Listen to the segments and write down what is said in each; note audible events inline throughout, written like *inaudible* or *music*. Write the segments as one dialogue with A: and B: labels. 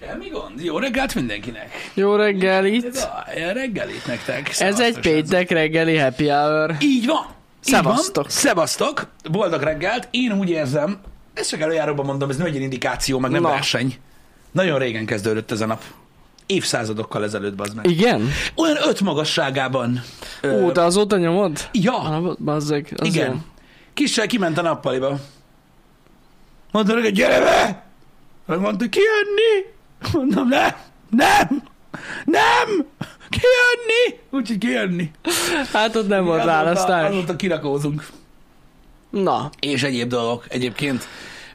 A: Semmi gond. Jó reggelt mindenkinek.
B: Jó
A: Ez
B: reggelit!
A: a reggelit nektek.
B: Hát. Ez egy
A: Szevasztok,
B: péntek reggeli happy hour.
A: srácok. Így van. Így
B: Szevasztok.
A: Van. Szevasztok. Boldog reggelt. Én úgy érzem, ezt csak előjáróban mondom, ez nem egy ilyen indikáció, meg nem
B: Na.
A: verseny. Nagyon régen kezdődött ez a nap. Évszázadokkal ezelőtt, bazd meg.
B: Igen?
A: Olyan öt magasságában. Ö,
B: Ó, te azóta nyomod?
A: Ja,
B: Ah, bazzeg, az
A: igen.
B: jó.
A: Kissel kiment a nappaliba. Mondta neki, gyere be! Megmondta, kijönni! Mondom, nem, nem, nem, kijönni! Úgyhogy kijönni.
B: Hát ott nem volt
A: Azóta-
B: választás.
A: Azóta kirakózunk.
B: Na,
A: És egyéb dolgok egyébként.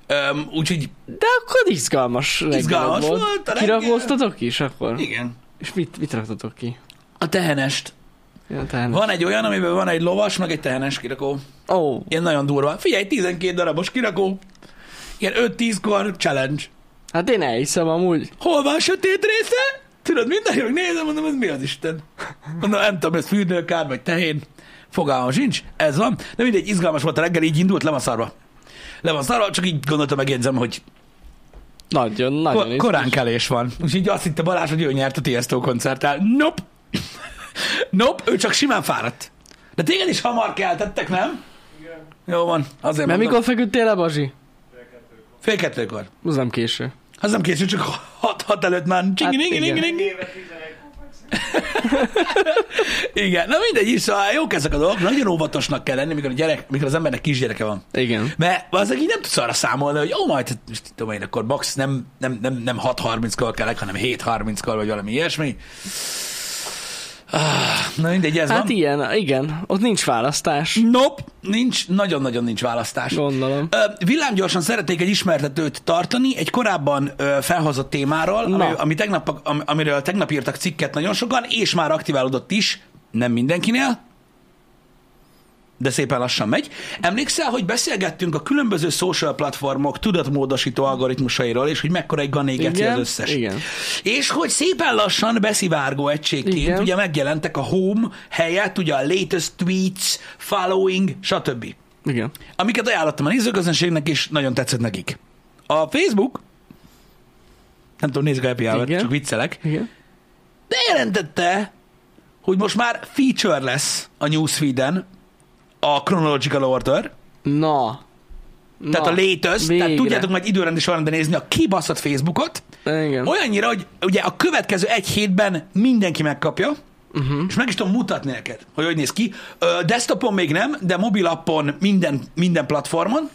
A: Öm, úgyhogy
B: de akkor izgalmas reggel
A: Izgalmas
B: volt.
A: volt a reggel.
B: Kirakóztatok is akkor?
A: igen.
B: És mit, mit raktatok ki?
A: A tehenest.
B: Ja, tehát...
A: Van egy olyan, amiben van egy lovas, meg egy tehenes kirakó.
B: Ó,
A: Ilyen nagyon durva. Figyelj, 12 darabos kirakó. Ilyen 5-10-kor challenge.
B: hát én elhiszem amúgy.
A: Hol van a sötét része? Tudod, minden jól nézem, mondom, ez mi az Isten? Mondom, nem tudom, ez fürdőkár, vagy tehén. Fogalmam sincs, ez van. De mindegy, izgalmas volt a reggel, így indult, le van szarva. Le van szarva, csak így gondoltam, megjegyzem, hogy
B: Nagyon, nagyon
A: ko-
B: izgalmas.
A: korán kelés van. Úgyhogy azt hitte Balázs, hogy ő nyert a Tiesto koncerttel. Nope. nope, ő csak simán fáradt. De téged is hamar keltettek, nem? Igen. Jó van, azért mondom.
B: Mert mikor feküdtél le, Bazsi?
A: Fél kettőkor.
B: Az nem késő.
A: Az nem késő, csak hat, hat előtt már. Csingi, hát,
B: igen.
A: igen. igen, na mindegy is, szóval jók ezek a dolgok. Nagyon óvatosnak kell lenni, mikor, a gyerek, mikor az embernek kisgyereke van.
B: Igen.
A: Mert az így nem tudsz arra számolni, hogy ó, majd, most tudom én, akkor max nem, nem, nem, nem 6.30-kor kelek, hanem 7.30-kor, vagy valami ilyesmi. Ah, Na mindegy, ez
B: Hát
A: van.
B: ilyen, igen. Ott nincs választás.
A: Nope, nincs, nagyon-nagyon nincs választás.
B: Gondolom.
A: Ö, Villámgyorsan szeretnék egy ismertetőt tartani egy korábban ö, felhozott témáról, ami,
B: Na.
A: ami tegnap, am, amiről tegnap írtak cikket nagyon sokan, és már aktiválódott is, nem mindenkinél, de szépen lassan megy. Emlékszel, hogy beszélgettünk a különböző social platformok tudatmódosító algoritmusairól, és hogy mekkora egy ganégetzi
B: Igen,
A: az összes.
B: igen.
A: És hogy szépen lassan beszivárgó egységként
B: Igen.
A: ugye megjelentek a home helyett, ugye a latest tweets, following, stb
B: Igen.
A: amiket ajánlottam a nézőközönségnek, és nagyon tetszett nekik. A Facebook, nem tudom, nézzük a happy hour
B: Igen.
A: csak viccelek,
B: Igen.
A: bejelentette, hogy most már feature lesz a newsfeeden a chronological order,
B: Na.
A: tehát
B: Na.
A: a latest, tehát
B: végre.
A: tudjátok majd időrendi sorrendben nézni a kibaszott Facebookot,
B: Igen.
A: olyannyira, hogy ugye a következő egy hétben mindenki megkapja, uh-huh. és meg is tudom mutatni neked, hogy hogy néz ki. Ö, desktopon még nem, de mobilappon minden, minden platformon.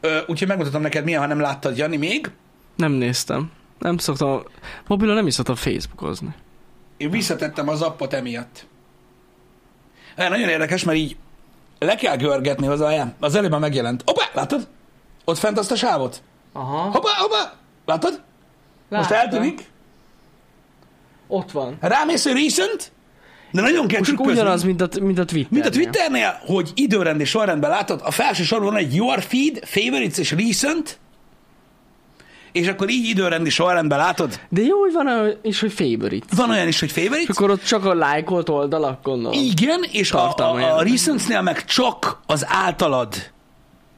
A: Ö, úgyhogy megmutatom neked milyen, ha nem láttad, Jani, még.
B: Nem néztem. Nem szoktam, mobilon nem is szoktam facebookozni.
A: Én visszatettem az appot emiatt. Hát, nagyon érdekes, mert így le kell görgetni hozzá. Az előbb már megjelent. Hoppá, látod? Ott fent azt a sávot.
B: Aha.
A: Hoppá, hoppá, látod? Most eltűnik.
B: Ott van.
A: Rámész, hogy recent, de nagyon kell
B: Most
A: trükközni.
B: ugyanaz, mint a, mint a Twitter.
A: Mint a Twitternél, hogy időrend és sorrendben látod, a felső sorban van egy Your Feed, Favorites és Recent, és akkor így időrendi sorrendben látod.
B: De jó, hogy van olyan is, hogy favorite.
A: Van olyan is, hogy
B: És
A: Favorites,
B: akkor ott csak a lájkolt oldalak, gondolom.
A: igen, és a,
B: Tartalma
A: a, a
B: jelenleg.
A: Recentsnél meg csak az általad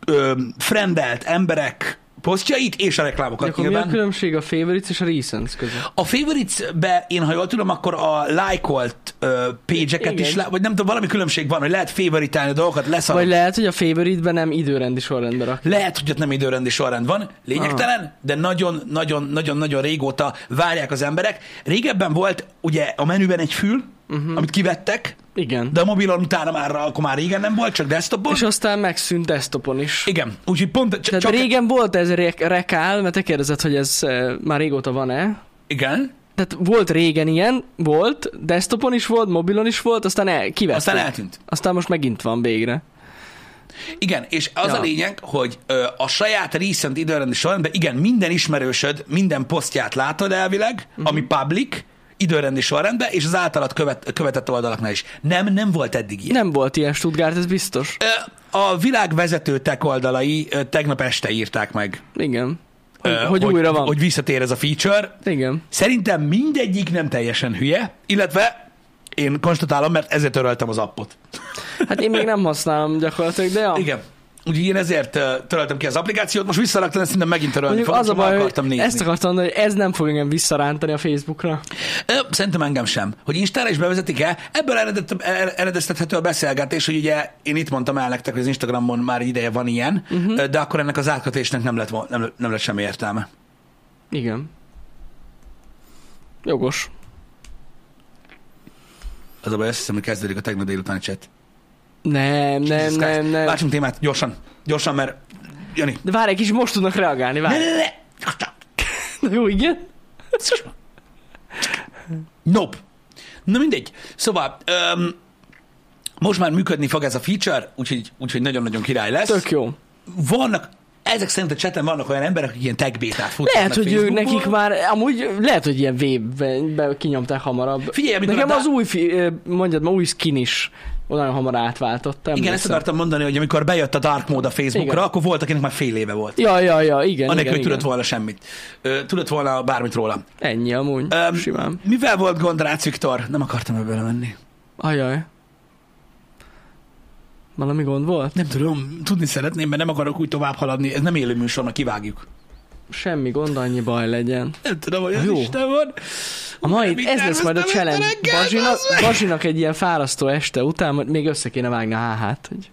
A: ö, frendelt emberek posztjait és a
B: De
A: reklámokat
B: akkor mi a
A: nyilván.
B: különbség a favorites és a recents között?
A: A Favorites-be, én ha jól tudom, akkor a lájkolt ö, page-eket
B: Igen.
A: is, lá- vagy nem tudom, valami különbség van, hogy lehet favoritálni a dolgokat, leszarom.
B: Vagy lehet, hogy a favorite-ben nem időrendi sorrendben rak.
A: Lehet, hogy ott nem időrendi sorrend van, lényegtelen,
B: Ah.
A: de nagyon-nagyon-nagyon-nagyon régóta várják az emberek. Régebben volt ugye a menüben egy fül,
B: Mhm.
A: uh-huh. amit kivettek,
B: Igen.
A: de a mobilon utána már, akkor már régen nem volt, csak desktopon.
B: És aztán megszűnt desktopon is.
A: Igen, úgyhogy pont c-
B: Tehát
A: csak...
B: Csak régen volt ez rek- rekál, mert te kérdezed, hogy ez eh, már régóta van-e.
A: Igen,
B: Tehát volt régen ilyen, volt, desktopon is volt, mobilon is volt, aztán el, kivették.
A: aztán eltűnt.
B: Aztán most megint van végre.
A: Igen, és az ja.
B: Ja.
A: a lényeg, hogy ö, a saját recent időrendi sorrendben, igen, minden ismerősöd, minden posztját látod elvileg,
B: Mhm.
A: uh-huh. ami public, időrendi sorrendben, és az általad követ, követett oldalaknál is. Nem, nem volt eddig ilyen.
B: Nem volt ilyen Stuttgart, ez biztos.
A: Ö, A világ vezető tech oldalai ö, tegnap este írták meg,
B: Igen. Hogy,
A: ö,
B: hogy újra van.
A: Hogy visszatér ez a feature.
B: Igen.
A: Szerintem mindegyik nem teljesen hülye, illetve én konstatálom, mert ezért töröltem az appot.
B: Hát én még nem használom gyakorlatilag, de ja.
A: Igen. Úgyhogy én ezért ö, töröltem ki az applikációt, most visszaraktam, ezt szerintem megint törölni
B: Mondjuk
A: fogom,
B: az a
A: csak már
B: baj,
A: akartam
B: hogy
A: nézni.
B: ezt akartam mondani, hogy ez nem fog engem visszarántani a Facebookra.
A: Ö, Szerintem engem sem. Hogy Instára is bevezetik-e, ebből eredet, er- eredeztethető a beszélgetés, hogy ugye én itt mondtam el nektek, hogy az Instagramon már egy ideje van ilyen,
B: Mhm.
A: uh-huh. de akkor ennek az átkötésnek nem lett, vol- nem, nem lett semmi értelme.
B: Igen. Jogos.
A: Az a baj, azt hiszem, hogy kezdődik a tegnap délután cset.
B: Nem, nem,
A: Jesus Christ.
B: nem, nem.
A: Váltsunk témát, gyorsan. Gyorsan, mert... Jani.
B: De várj, egy kis most tudnak reagálni,
A: Ne,
B: várj.
A: ne, ne.
B: Na *laughs* Jó, igen?
A: Nope. Na mindegy. Szóval, um, most már működni fog ez a feature, úgyhogy, úgyhogy nagyon-nagyon király lesz.
B: Tök jó.
A: vannak, ezek szerint a cseten vannak olyan emberek, akik ilyen tagbétát futnak
B: Lehet, hogy ők
A: Facebookból.
B: nekik már, amúgy lehet, hogy ilyen webbe kinyomták hamarabb.
A: Figyelj, amikor
B: Nekem
A: a
B: az új, fi- ö, mondjad ma, új skin is nagyon hamar átváltottam.
A: Igen, ezt akartam mondani, hogy amikor bejött a dark mode a Facebookra,
B: Igen.
A: akkor volt, akinek már fél éve volt.
B: Ja, ja, ja, igen,
A: Anélkül,
B: igen,
A: hogy
B: igen.
A: tudott volna semmit. Ö, Tudott volna bármit róla.
B: Ennyi amúgy,
A: Öm,
B: simán.
A: Mivel volt gond Rácz Viktor? Nem akartam ebből menni.
B: Ajaj. Valami gond volt?
A: Nem tudom, tudni szeretném, mert nem akarok úgy tovább haladni. Ez nem élő műsor, mert kivágjuk.
B: Semmi gond, annyi baj legyen.
A: Nem tudom, hogy az
B: Jó.
A: Isten van.
B: A mai,
A: Mit
B: ez lesz majd a
A: terveztem
B: challenge.
A: ezt a reggel,
B: Bazsinak,
A: bazd meg?
B: Bazsinak egy ilyen fárasztó este után, majd még össze kéne vágni a háhát. Hogy...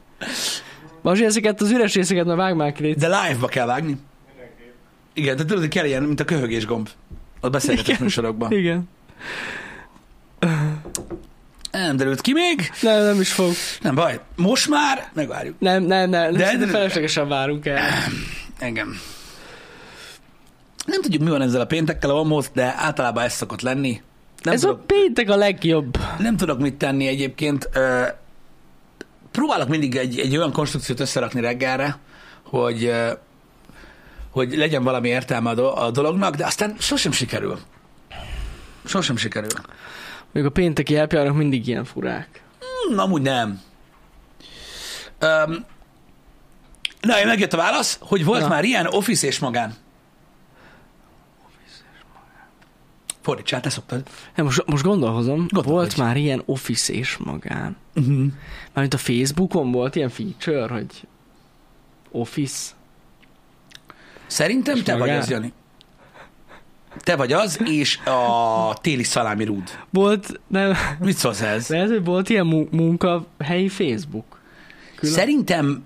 B: Bazsi, ezeket az üres részeket már vág már ki, légy
A: De live-ba kell vágni. Igen, tehát tudod, hogy kell ilyen, mint a köhögés gomb. A beszélgetés
B: Igen.
A: műsorokban.
B: Igen.
A: Nem derült ki még.
B: Nem, nem is fog.
A: Nem baj. Most már megvárjuk.
B: Nem, nem, nem.
A: De-
B: De, de
A: de-
B: feleslegesen várunk el.
A: Engem. Nem tudjuk, mi van ezzel a péntekkel, a most, de általában ez szokott lenni. Nem,
B: Ez
A: tudok,
B: a péntek a legjobb.
A: nem tudok mit tenni egyébként. Ö, próbálok mindig egy, egy olyan konstrukciót összerakni reggelre, hogy, ö, hogy legyen valami értelme a, do- a dolognak, de aztán sosem sikerül. Sosem sikerül.
B: Még a pénteki elpjárok mindig ilyen furák.
A: Hmm, amúgy nem. Um, na, én megjött a válasz, hogy volt
B: Na.
A: már ilyen office és magán. Office és magán. Fordítsát, te szoktad.
B: Nem, most, most gondolkozom,
A: Gondolkodj.
B: volt már ilyen office és magán.
A: Uh-huh.
B: Mármint a Facebookon volt ilyen feature, hogy office.
A: Szerintem
B: És
A: te
B: magán?
A: vagy az, Jani. Te vagy az, és a téli szalámi rúd.
B: Volt, nem, *laughs*
A: Mit szólsz ez?
B: lehet, hogy volt ilyen mu- munkahelyi Facebook. Külön.
A: Szerintem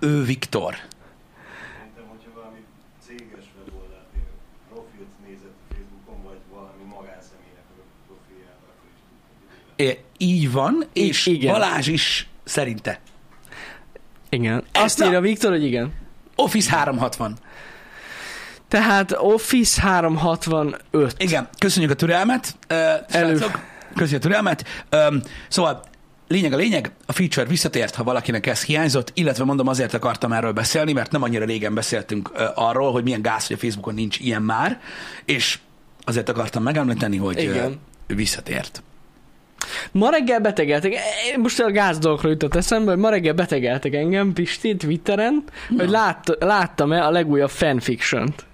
A: ő Viktor.
C: Szerintem, hogyha valami céges weboldalt, néz, profilt nézett a Facebookon, vagy valami magánszemélynek a profilját, akkor is tudod, hogy
A: É, így van, és
B: igen.
A: Balázs is szerinte.
B: Igen.
A: Ez
B: Azt
A: na-
B: írja Viktor, hogy igen.
A: Office 360.
B: Tehát Office 365.
A: Igen, köszönjük a türelmet. Ö, Srácok, köszönjük a türelmet. Öm, Szóval lényeg a lényeg, a feature visszatért, ha valakinek ez hiányzott, illetve mondom, azért akartam erről beszélni, mert nem annyira régen beszéltünk ö, arról, hogy milyen gáz, hogy a Facebookon nincs ilyen már, és azért akartam megemlíteni, hogy
B: Igen.
A: ö, visszatért.
B: Ma reggel betegeltek, én most a gáz dolgokra jutott eszembe, hogy ma reggel betegeltek engem, Pisti, Twitteren, hogy lát, láttam-e a legújabb fanfiction-t,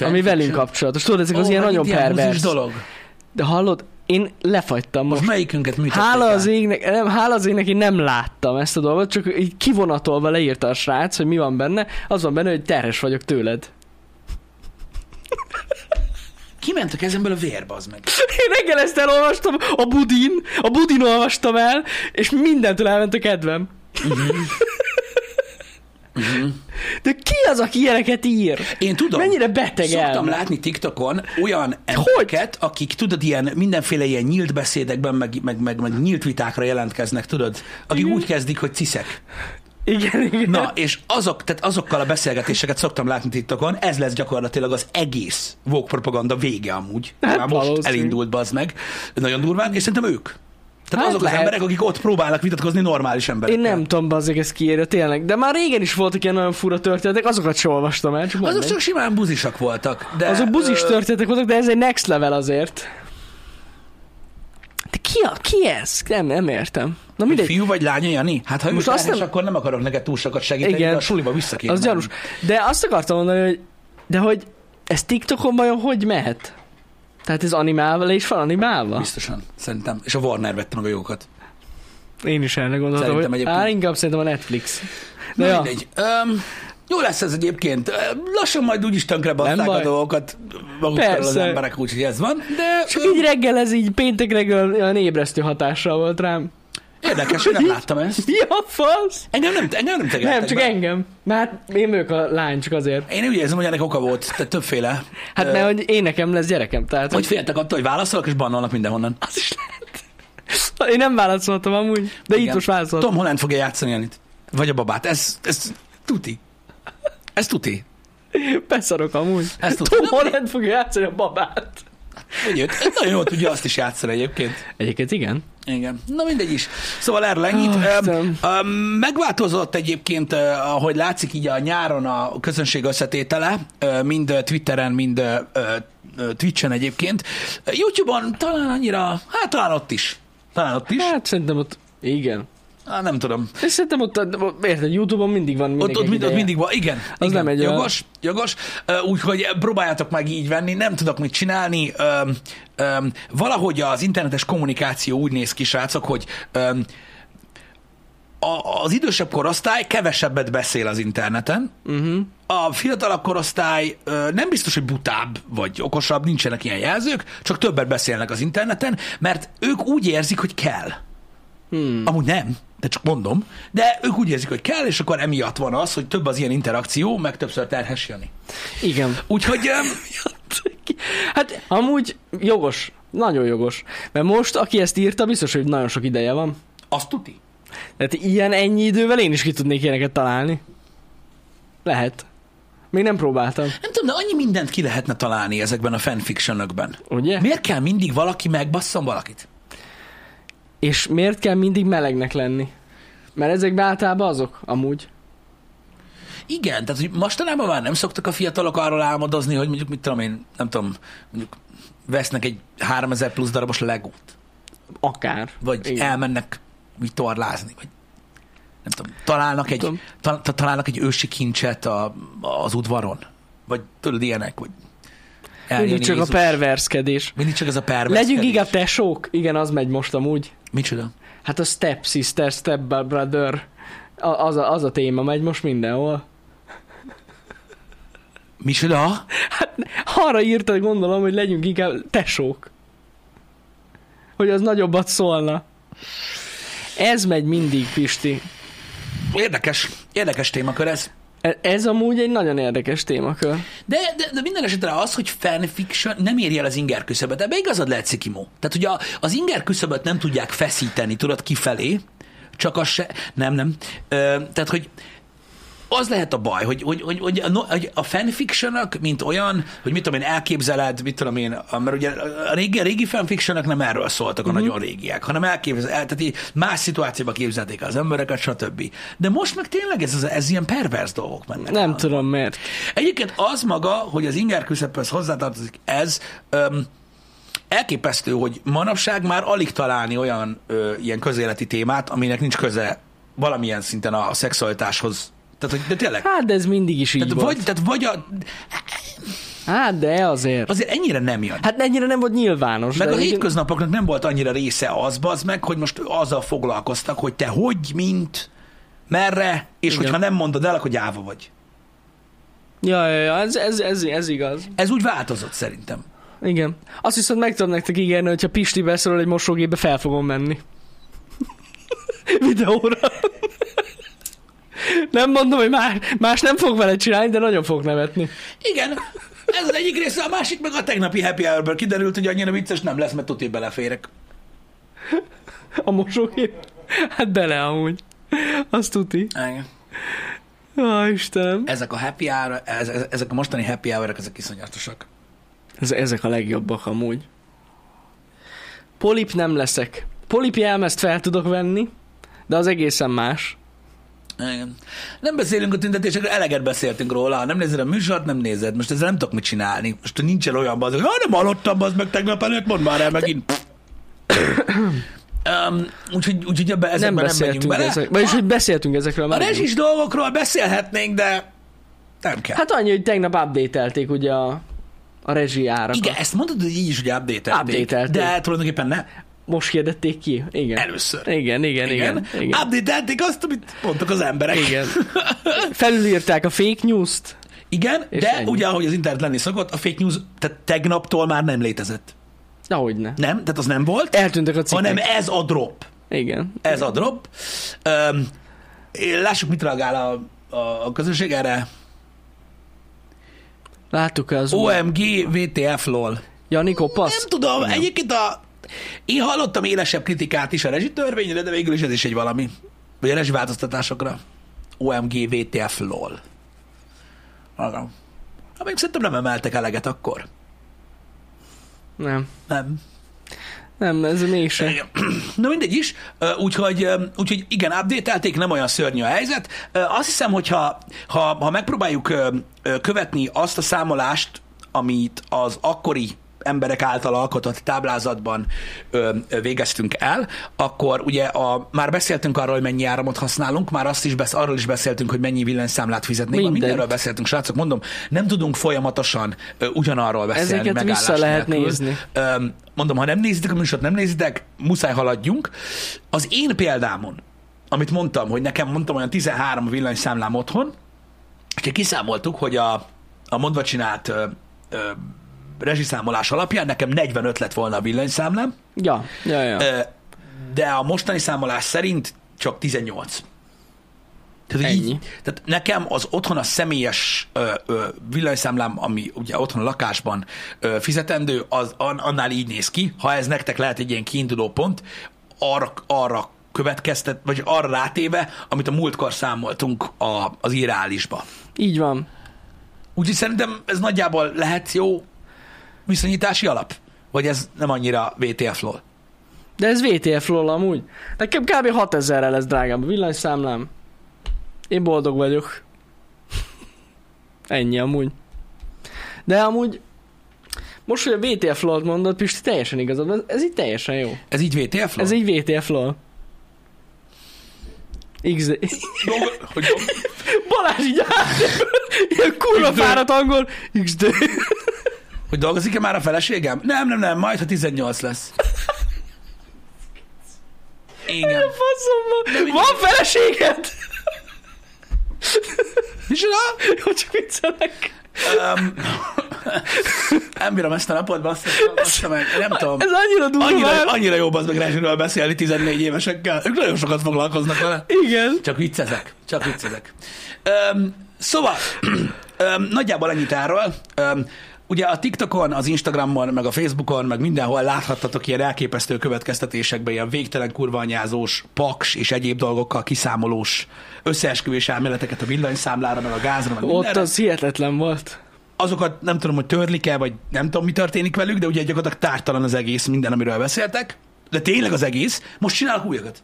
B: ami velünk kapcsolatos. Tudod, ezek az
A: Ó,
B: ilyen
A: megint
B: nagyon pervers.
A: buzis dolog.
B: De hallod, én lefagytam most.
A: Most melyikünket műtötték
B: Hála
A: el?
B: az, égnek, nem, hála az égnek, én nem láttam ezt a dolgot, csak így kivonatolva leírta a srác, hogy mi van benne. Az van benne, hogy terhes vagyok tőled.
A: Kiment a kezemből a vér, bazd meg.
B: Én reggel ezt elolvastam a budin, a budin olvastam el, és mindentől elment a kedvem. De ki az, aki ilyeneket ír?
A: Mhm. Én tudom.
B: Mennyire beteg
A: Szoktam
B: el?
A: látni TikTokon olyan embereket, hogy? akik tudod, ilyen mindenféle ilyen nyílt beszédekben, meg, meg, meg, meg nyílt vitákra jelentkeznek, tudod, akik
B: Mhm.
A: úgy kezdik, hogy ciszek.
B: Igen, igen.
A: Na, és azok, tehát azokkal a beszélgetéseket szoktam látni TikTokon, ez lesz gyakorlatilag az egész Vogue propaganda vége amúgy.
B: Hát
A: Már most
B: valószínű.
A: elindult, bazd meg. Nagyon durván, és szerintem ők. Tehát
B: Hát
A: azok az
B: lehet.
A: emberek, akik ott próbálnak vitatkozni normális
B: Én
A: emberekkel.
B: nem tudom, bazzeg, ez kiírja tényleg. De már régen is voltak ilyen olyan fura történetek, azokat sem olvastam el, csak mondom.
A: Azok csak simán buzisak voltak. De,
B: Azok buzis
A: ö,
B: történetek voltak, de ez egy next level azért. De ki, a, ki ez? Nem, nem értem. Na
A: Mindegy.
B: mindegy.
A: Fiú vagy lánya, Jani? Hát ha Most
B: Most
A: ő
B: azt
A: terhes,
B: nem-
A: akkor nem akarok neked túl sokat segíteni,
B: Igen.
A: de a suliba vissza kéne
B: Az
A: menni.
B: gyanús. De azt akartam mondani, hogy de hogy ez TikTokon vajon hogy mehet? Tehát ez animálva és van animálva?
A: Biztosan, szerintem. És a Warner vette meg a jókat.
B: Én is erre gondoltam,
A: Szerintem
B: hogy
A: egyébként-
B: á, inkább szerintem a Netflix.
A: Na
B: De ja,
A: mindegy. Öm, jó lesz ez egyébként. Ö, Lassan majd úgyis tönkre
B: Nem
A: batták a
B: baj.
A: dolgokat magukkal az
B: Persze.
A: emberek, úgyhogy ez van. De
B: csak
A: ö,
B: így reggel ez így péntek reggel olyan ébresztő hatással volt rám.
A: érdekes, hogy nem láttam ezt.
B: Ja, fasz!
A: Engem nem, engem nem tegettek
B: Nem, csak
A: be.
B: engem. Mert én vagyok a lány, csak azért.
A: Én úgy érzem, hogy ennek oka volt, tehát többféle.
B: Hát
A: Ö,
B: mert hogy én nekem lesz gyerekem, tehát...
A: Hogy féltek attól, hogy válaszolok, és bannolnak mindenhonnan.
B: Az is lehet. Én nem válaszoltam amúgy, de Igen. itt
A: Igen.
B: most válaszoltam.
A: Tom Holland fogja játszani Anit. Vagy a babát. Ez, ez tuti. Ez tuti.
B: Beszarok amúgy.
A: Ezt tudtam.
B: Tom Holland fogja játszani a babát.
A: Együtt. Nagyon jól tudja azt is játszani egyébként.
B: Egyébként igen.
A: Igen. Na mindegy is. Szóval erről ennyit.
B: Ó,
A: Öm,
B: Istenem.
A: öm, megváltozott egyébként, ö, ahogy látszik így a nyáron a közönség összetétele, ö, mind ö, Twitteren, mind ö, ö, ö, Twitchen egyébként. Ö, YouTube-on talán annyira, hát talán ott is. Talán ott is.
B: Hát szerintem ott igen.
A: Hát, nem tudom.
B: És szerintem ott, ott érted, Youtube-on mindig van
A: Ott,
B: mindenki
A: ott, mind, ott mindig van, igen.
B: Az
A: igen.
B: nem egy olyan-
A: Jogos, jogos. Ö, Úgyhogy próbáljátok meg így venni, nem tudok mit csinálni. Öm, öm, valahogy az internetes kommunikáció úgy néz ki, srácok, hogy öm, a, az idősebb korosztály kevesebbet beszél az interneten,
B: Uh-huh.
A: a fiatalabb korosztály ö, nem biztos, hogy butább vagy okosabb, nincsenek ilyen jelzők, csak többet beszélnek az interneten, mert ők úgy érzik, hogy kell. Hmm. Amúgy nem, de csak mondom. De ők úgy érzik, hogy kell, és akkor emiatt van az, hogy több az ilyen interakció, meg többször terhes Jani.
B: Igen.
A: Úgyhogy öm,
B: Hát amúgy jogos. Nagyon jogos. Mert most, aki ezt írta, biztos, hogy nagyon sok ideje van.
A: azt tuti.
B: Tehát ilyen ennyi idővel én is ki tudnék ilyeneket találni. Lehet. Még nem próbáltam.
A: Nem tudom, de annyi mindent ki lehetne találni ezekben a fanfictionökben.
B: Ugye?
A: Miért kell mindig valaki megbasszon valakit?
B: És miért kell mindig melegnek lenni? Mert ezek általában azok, amúgy.
A: Igen, tehát hogy mostanában már nem szoktak a fiatalok arról álmodozni, hogy mondjuk, mit tudom én, nem tudom, mondjuk vesznek egy 3000 plusz darabos legót,
B: Akár.
A: vagy Igen.
B: Igen.
A: elmennek vitorlázni, vagy nem tudom, találnak egy,
B: Tudom.
A: ta, ta- találnak egy ősi kincset a, az udvaron, vagy tudod, ilyenek, vagy
B: Mindig
A: eljön
B: csak a
A: Jézus.
B: perverskedés.
A: Mindig csak ez a pervers.
B: Legyünk igaz tesók. Igen, az megy most amúgy.
A: Micsoda?
B: Hát a Step Sister, Step Brother. A- Az a, az a téma megy most mindenhol.
A: Micsoda?
B: Arra írta, gondolom, hogy legyünk inkább tesók. Hogy az nagyobbat szólna. Ez megy mindig, Pisti.
A: Érdekes, érdekes témakör ez.
B: E- Ez amúgy egy nagyon érdekes témakör.
A: De, de, de minden esetre az, hogy fanfiction nem érje el az inger küszöböt, ebbe igazad lehet, Szikimó. Tehát, hogy a, az inger küszöböt nem tudják feszíteni, tudod, kifelé, csak az se... Nem, nem. Ö, tehát, hogy az lehet a baj, hogy, hogy, hogy, hogy, a, no- hogy a fanfictionok, mint olyan, hogy mit tudom én, elképzeled, mit tudom én, a- mert ugye a régi, a régi fanfictionok nem erről szóltak a
B: Mhm.
A: nagyon régiek, hanem elképzel, el- tehát így más szituációba képzelték az embereket, stb. De most meg tényleg ez, az- ez ilyen pervers dolgok mennek.
B: Nem
A: el.
B: tudom miért.
A: Egyébként az maga, hogy az inger küszöbhöz hozzátartozik ez, öm, elképesztő, hogy manapság már alig találni olyan ö, ilyen közéleti témát, aminek nincs köze valamilyen szinten a szexualitáshoz. Tehát, hogy de tényleg.
B: Hát de ez mindig is így
A: Tehát
B: volt.
A: vagy, tehát vagy a,
B: Hát de azért.
A: azért ennyire nem jön.
B: Hát ennyire nem volt nyilvános.
A: Meg
B: de
A: a
B: igen-
A: hétköznapoknak nem volt annyira része az, bazd meg, hogy most azzal foglalkoztak, hogy te hogy, mint, merre, és
B: Igen.
A: hogyha nem mondod el, akkor gyáva vagy.
B: Ja, ja, ja ez, ez, ez, ez igaz.
A: Ez úgy változott szerintem.
B: Igen. Azt viszont meg tudom nektek ígérni, hogyha Pisti beszorol egy mosógébe, fel fogom menni. *laughs* Videóra. nem mondom, hogy más, más nem fog vele csinálni, de nagyon fog nevetni.
A: Igen, ez az egyik része, a másik meg a tegnapi happy hourből kiderült, hogy annyira vicces nem lesz, mert tuti beleférek.
B: A mosógép. Hát bele amúgy. Azt tuti.
A: Igen.
B: Á, Istenem.
A: Ezek a happy hour, ez, ez, ezek a mostani happy hour ezek iszonyatosak.
B: Ez, ezek a legjobbak amúgy. Polip nem leszek. Polip jelmezt fel tudok venni, de az egészen más.
A: Igen. Nem beszélünk a tüntetésekről, eleget beszéltünk róla. Ha nem nézed a műsort, nem nézed. Most ezzel nem tudok mit csinálni. Most nincsen olyan az, hogy "Ah, nem hallottam az meg tegnap előtt, mondd már el megint. um, úgyhogy, úgyhogy ebbe,
B: nem
A: ezekben nem, megyünk
B: beszéltünk
A: bele.
B: ezek, vagyis, hogy beszéltünk ezekről
A: a
B: már. nem.
A: rezsis dolgokról beszélhetnénk, de nem kell.
B: Hát annyi, hogy tegnap update-elték ugye Hát a, a rezsi árakat.
A: Igen, ezt mondod, hogy így is, hogy update
B: Updatelték.
A: De tulajdonképpen ne.
B: Most hirdették ki? Igen.
A: Először.
B: Igen, igen, igen. igen. igen.
A: Update-elték azt, amit mondtak az emberek.
B: igen. Felülírták a fake news-t.
A: Igen,
B: És
A: de
B: ennyi.
A: ugye, ahogy az internet lenni szokott, a fake news tehát tegnaptól már nem létezett.
B: Dehogyne.
A: Nem, tehát az nem e- volt,
B: Eltűntek a cikkek.
A: hanem ez a drop.
B: Igen.
A: Ez a drop. Öm, lássuk, mit reagál a, a, a közönség erre.
B: Láttuk-e az új?
A: OMG, VTF, lol.
B: Janikó, passz?
A: Nem tudom, nem. egyébként a... Én hallottam élesebb kritikát is a rezsitörvényre, de végül is ez is egy valami. Vagy a rezsiváltoztatásokra. OMG, VTF, lol. Arra. Amíg szerintem nem emeltek eleget akkor.
B: Nem.
A: Nem.
B: Nem, ez mégsem.
A: Igen. Na mindegy is, Ö, úgyhogy, ö, úgyhogy igen, updatelték, nem olyan szörnyű a helyzet. Ö, Azt hiszem, hogy ha, ha, ha megpróbáljuk ö, ö, követni azt a számolást, amit az akkori emberek által alkotott táblázatban ö, ö, végeztünk el, akkor ugye a, már beszéltünk arról, hogy mennyi áramot használunk, már azt is besz, arról is beszéltünk, hogy mennyi villanyszámlát fizetnénk, Minden.
B: Mindent.
A: mindenről beszéltünk, srácok, mondom, nem tudunk folyamatosan ö, ugyanarról beszélni.
B: Ezeket vissza
A: megállás
B: lehet
A: nélkül.
B: nézni.
A: Öm, mondom, ha nem nézitek a műsort, nem nézitek, muszáj haladjunk. Az én példámon, amit mondtam, hogy nekem mondtam olyan 13 villanyszámlám otthon, és így kiszámoltuk, hogy a, a mondva csinált ö, ö, rezsiszámolás alapján nekem 45 lett volna a villanyszámlám,
B: Ja, ja, ja.
A: ö, de a mostani számolás szerint csak 18. Tehát, hogy
B: Ennyi.
A: Így, tehát nekem az otthon a személyes ö, ö, villanyszámlám, ami ugye otthon a lakásban ö, fizetendő, az an, annál így néz ki. Ha ez nektek lehet egy ilyen kiinduló pont, arra, arra következtet, vagy arra rátéve, amit a múltkor számoltunk a, az irálisba.
B: Így van.
A: Úgyhogy szerintem ez nagyjából lehet jó viszonyítási alap? Vagy ez nem annyira VTF-lól?
B: De ez VTF LOL amúgy. Nekem kb. 6000-re lesz drágább a villanyszámlám. Én boldog vagyok. *laughs* Ennyi amúgy. De amúgy, most, hogy a VTF LOL-t mondod, Pisti, teljesen igazad van. Ez így teljesen jó.
A: Ez így VTF-lól?
B: Ez így VTF LOL. XD.
A: Dolgo- hogy
B: *laughs* Balázs így állt, *laughs* ilyen kurva
A: XD.
B: fáradt angol. XD.
A: Hogy dolgozik-e már a feleségem? Nem, nem, nem, majd, ha 18 lesz. Igen.
B: *laughs* Faszom van. Van feleséged? *laughs*
A: Micsoda?
B: Jó, csak viccelek.
A: Um, nem bírom ezt a napot, bassza, bassza meg. Nem tudom.
B: Ez annyira durva.
A: Annyira,
B: már.
A: annyira jó bazd meg Rázsiről beszélni 14 évesekkel. Ők nagyon sokat foglalkoznak vele.
B: Igen.
A: Csak viccezek, csak viccezek. Um, szóval, *clears throat* um, nagyjából ennyit erről. Um, ugye a TikTokon, az Instagramon, meg a Facebookon, meg mindenhol láthattatok ilyen elképesztő következtetésekbe, ilyen végtelen kurvanyázós, paks és egyéb dolgokkal kiszámolós összeesküvés elméleteket a villanyszámlára, meg a gázra, meg
B: Ott
A: mindenre.
B: az hihetetlen volt.
A: Azokat nem tudom, hogy törlik-e, vagy nem tudom, mi történik velük, de ugye gyakorlatilag tártalan az egész, minden, amiről beszéltek. De tényleg az egész. Most csinálok újakat.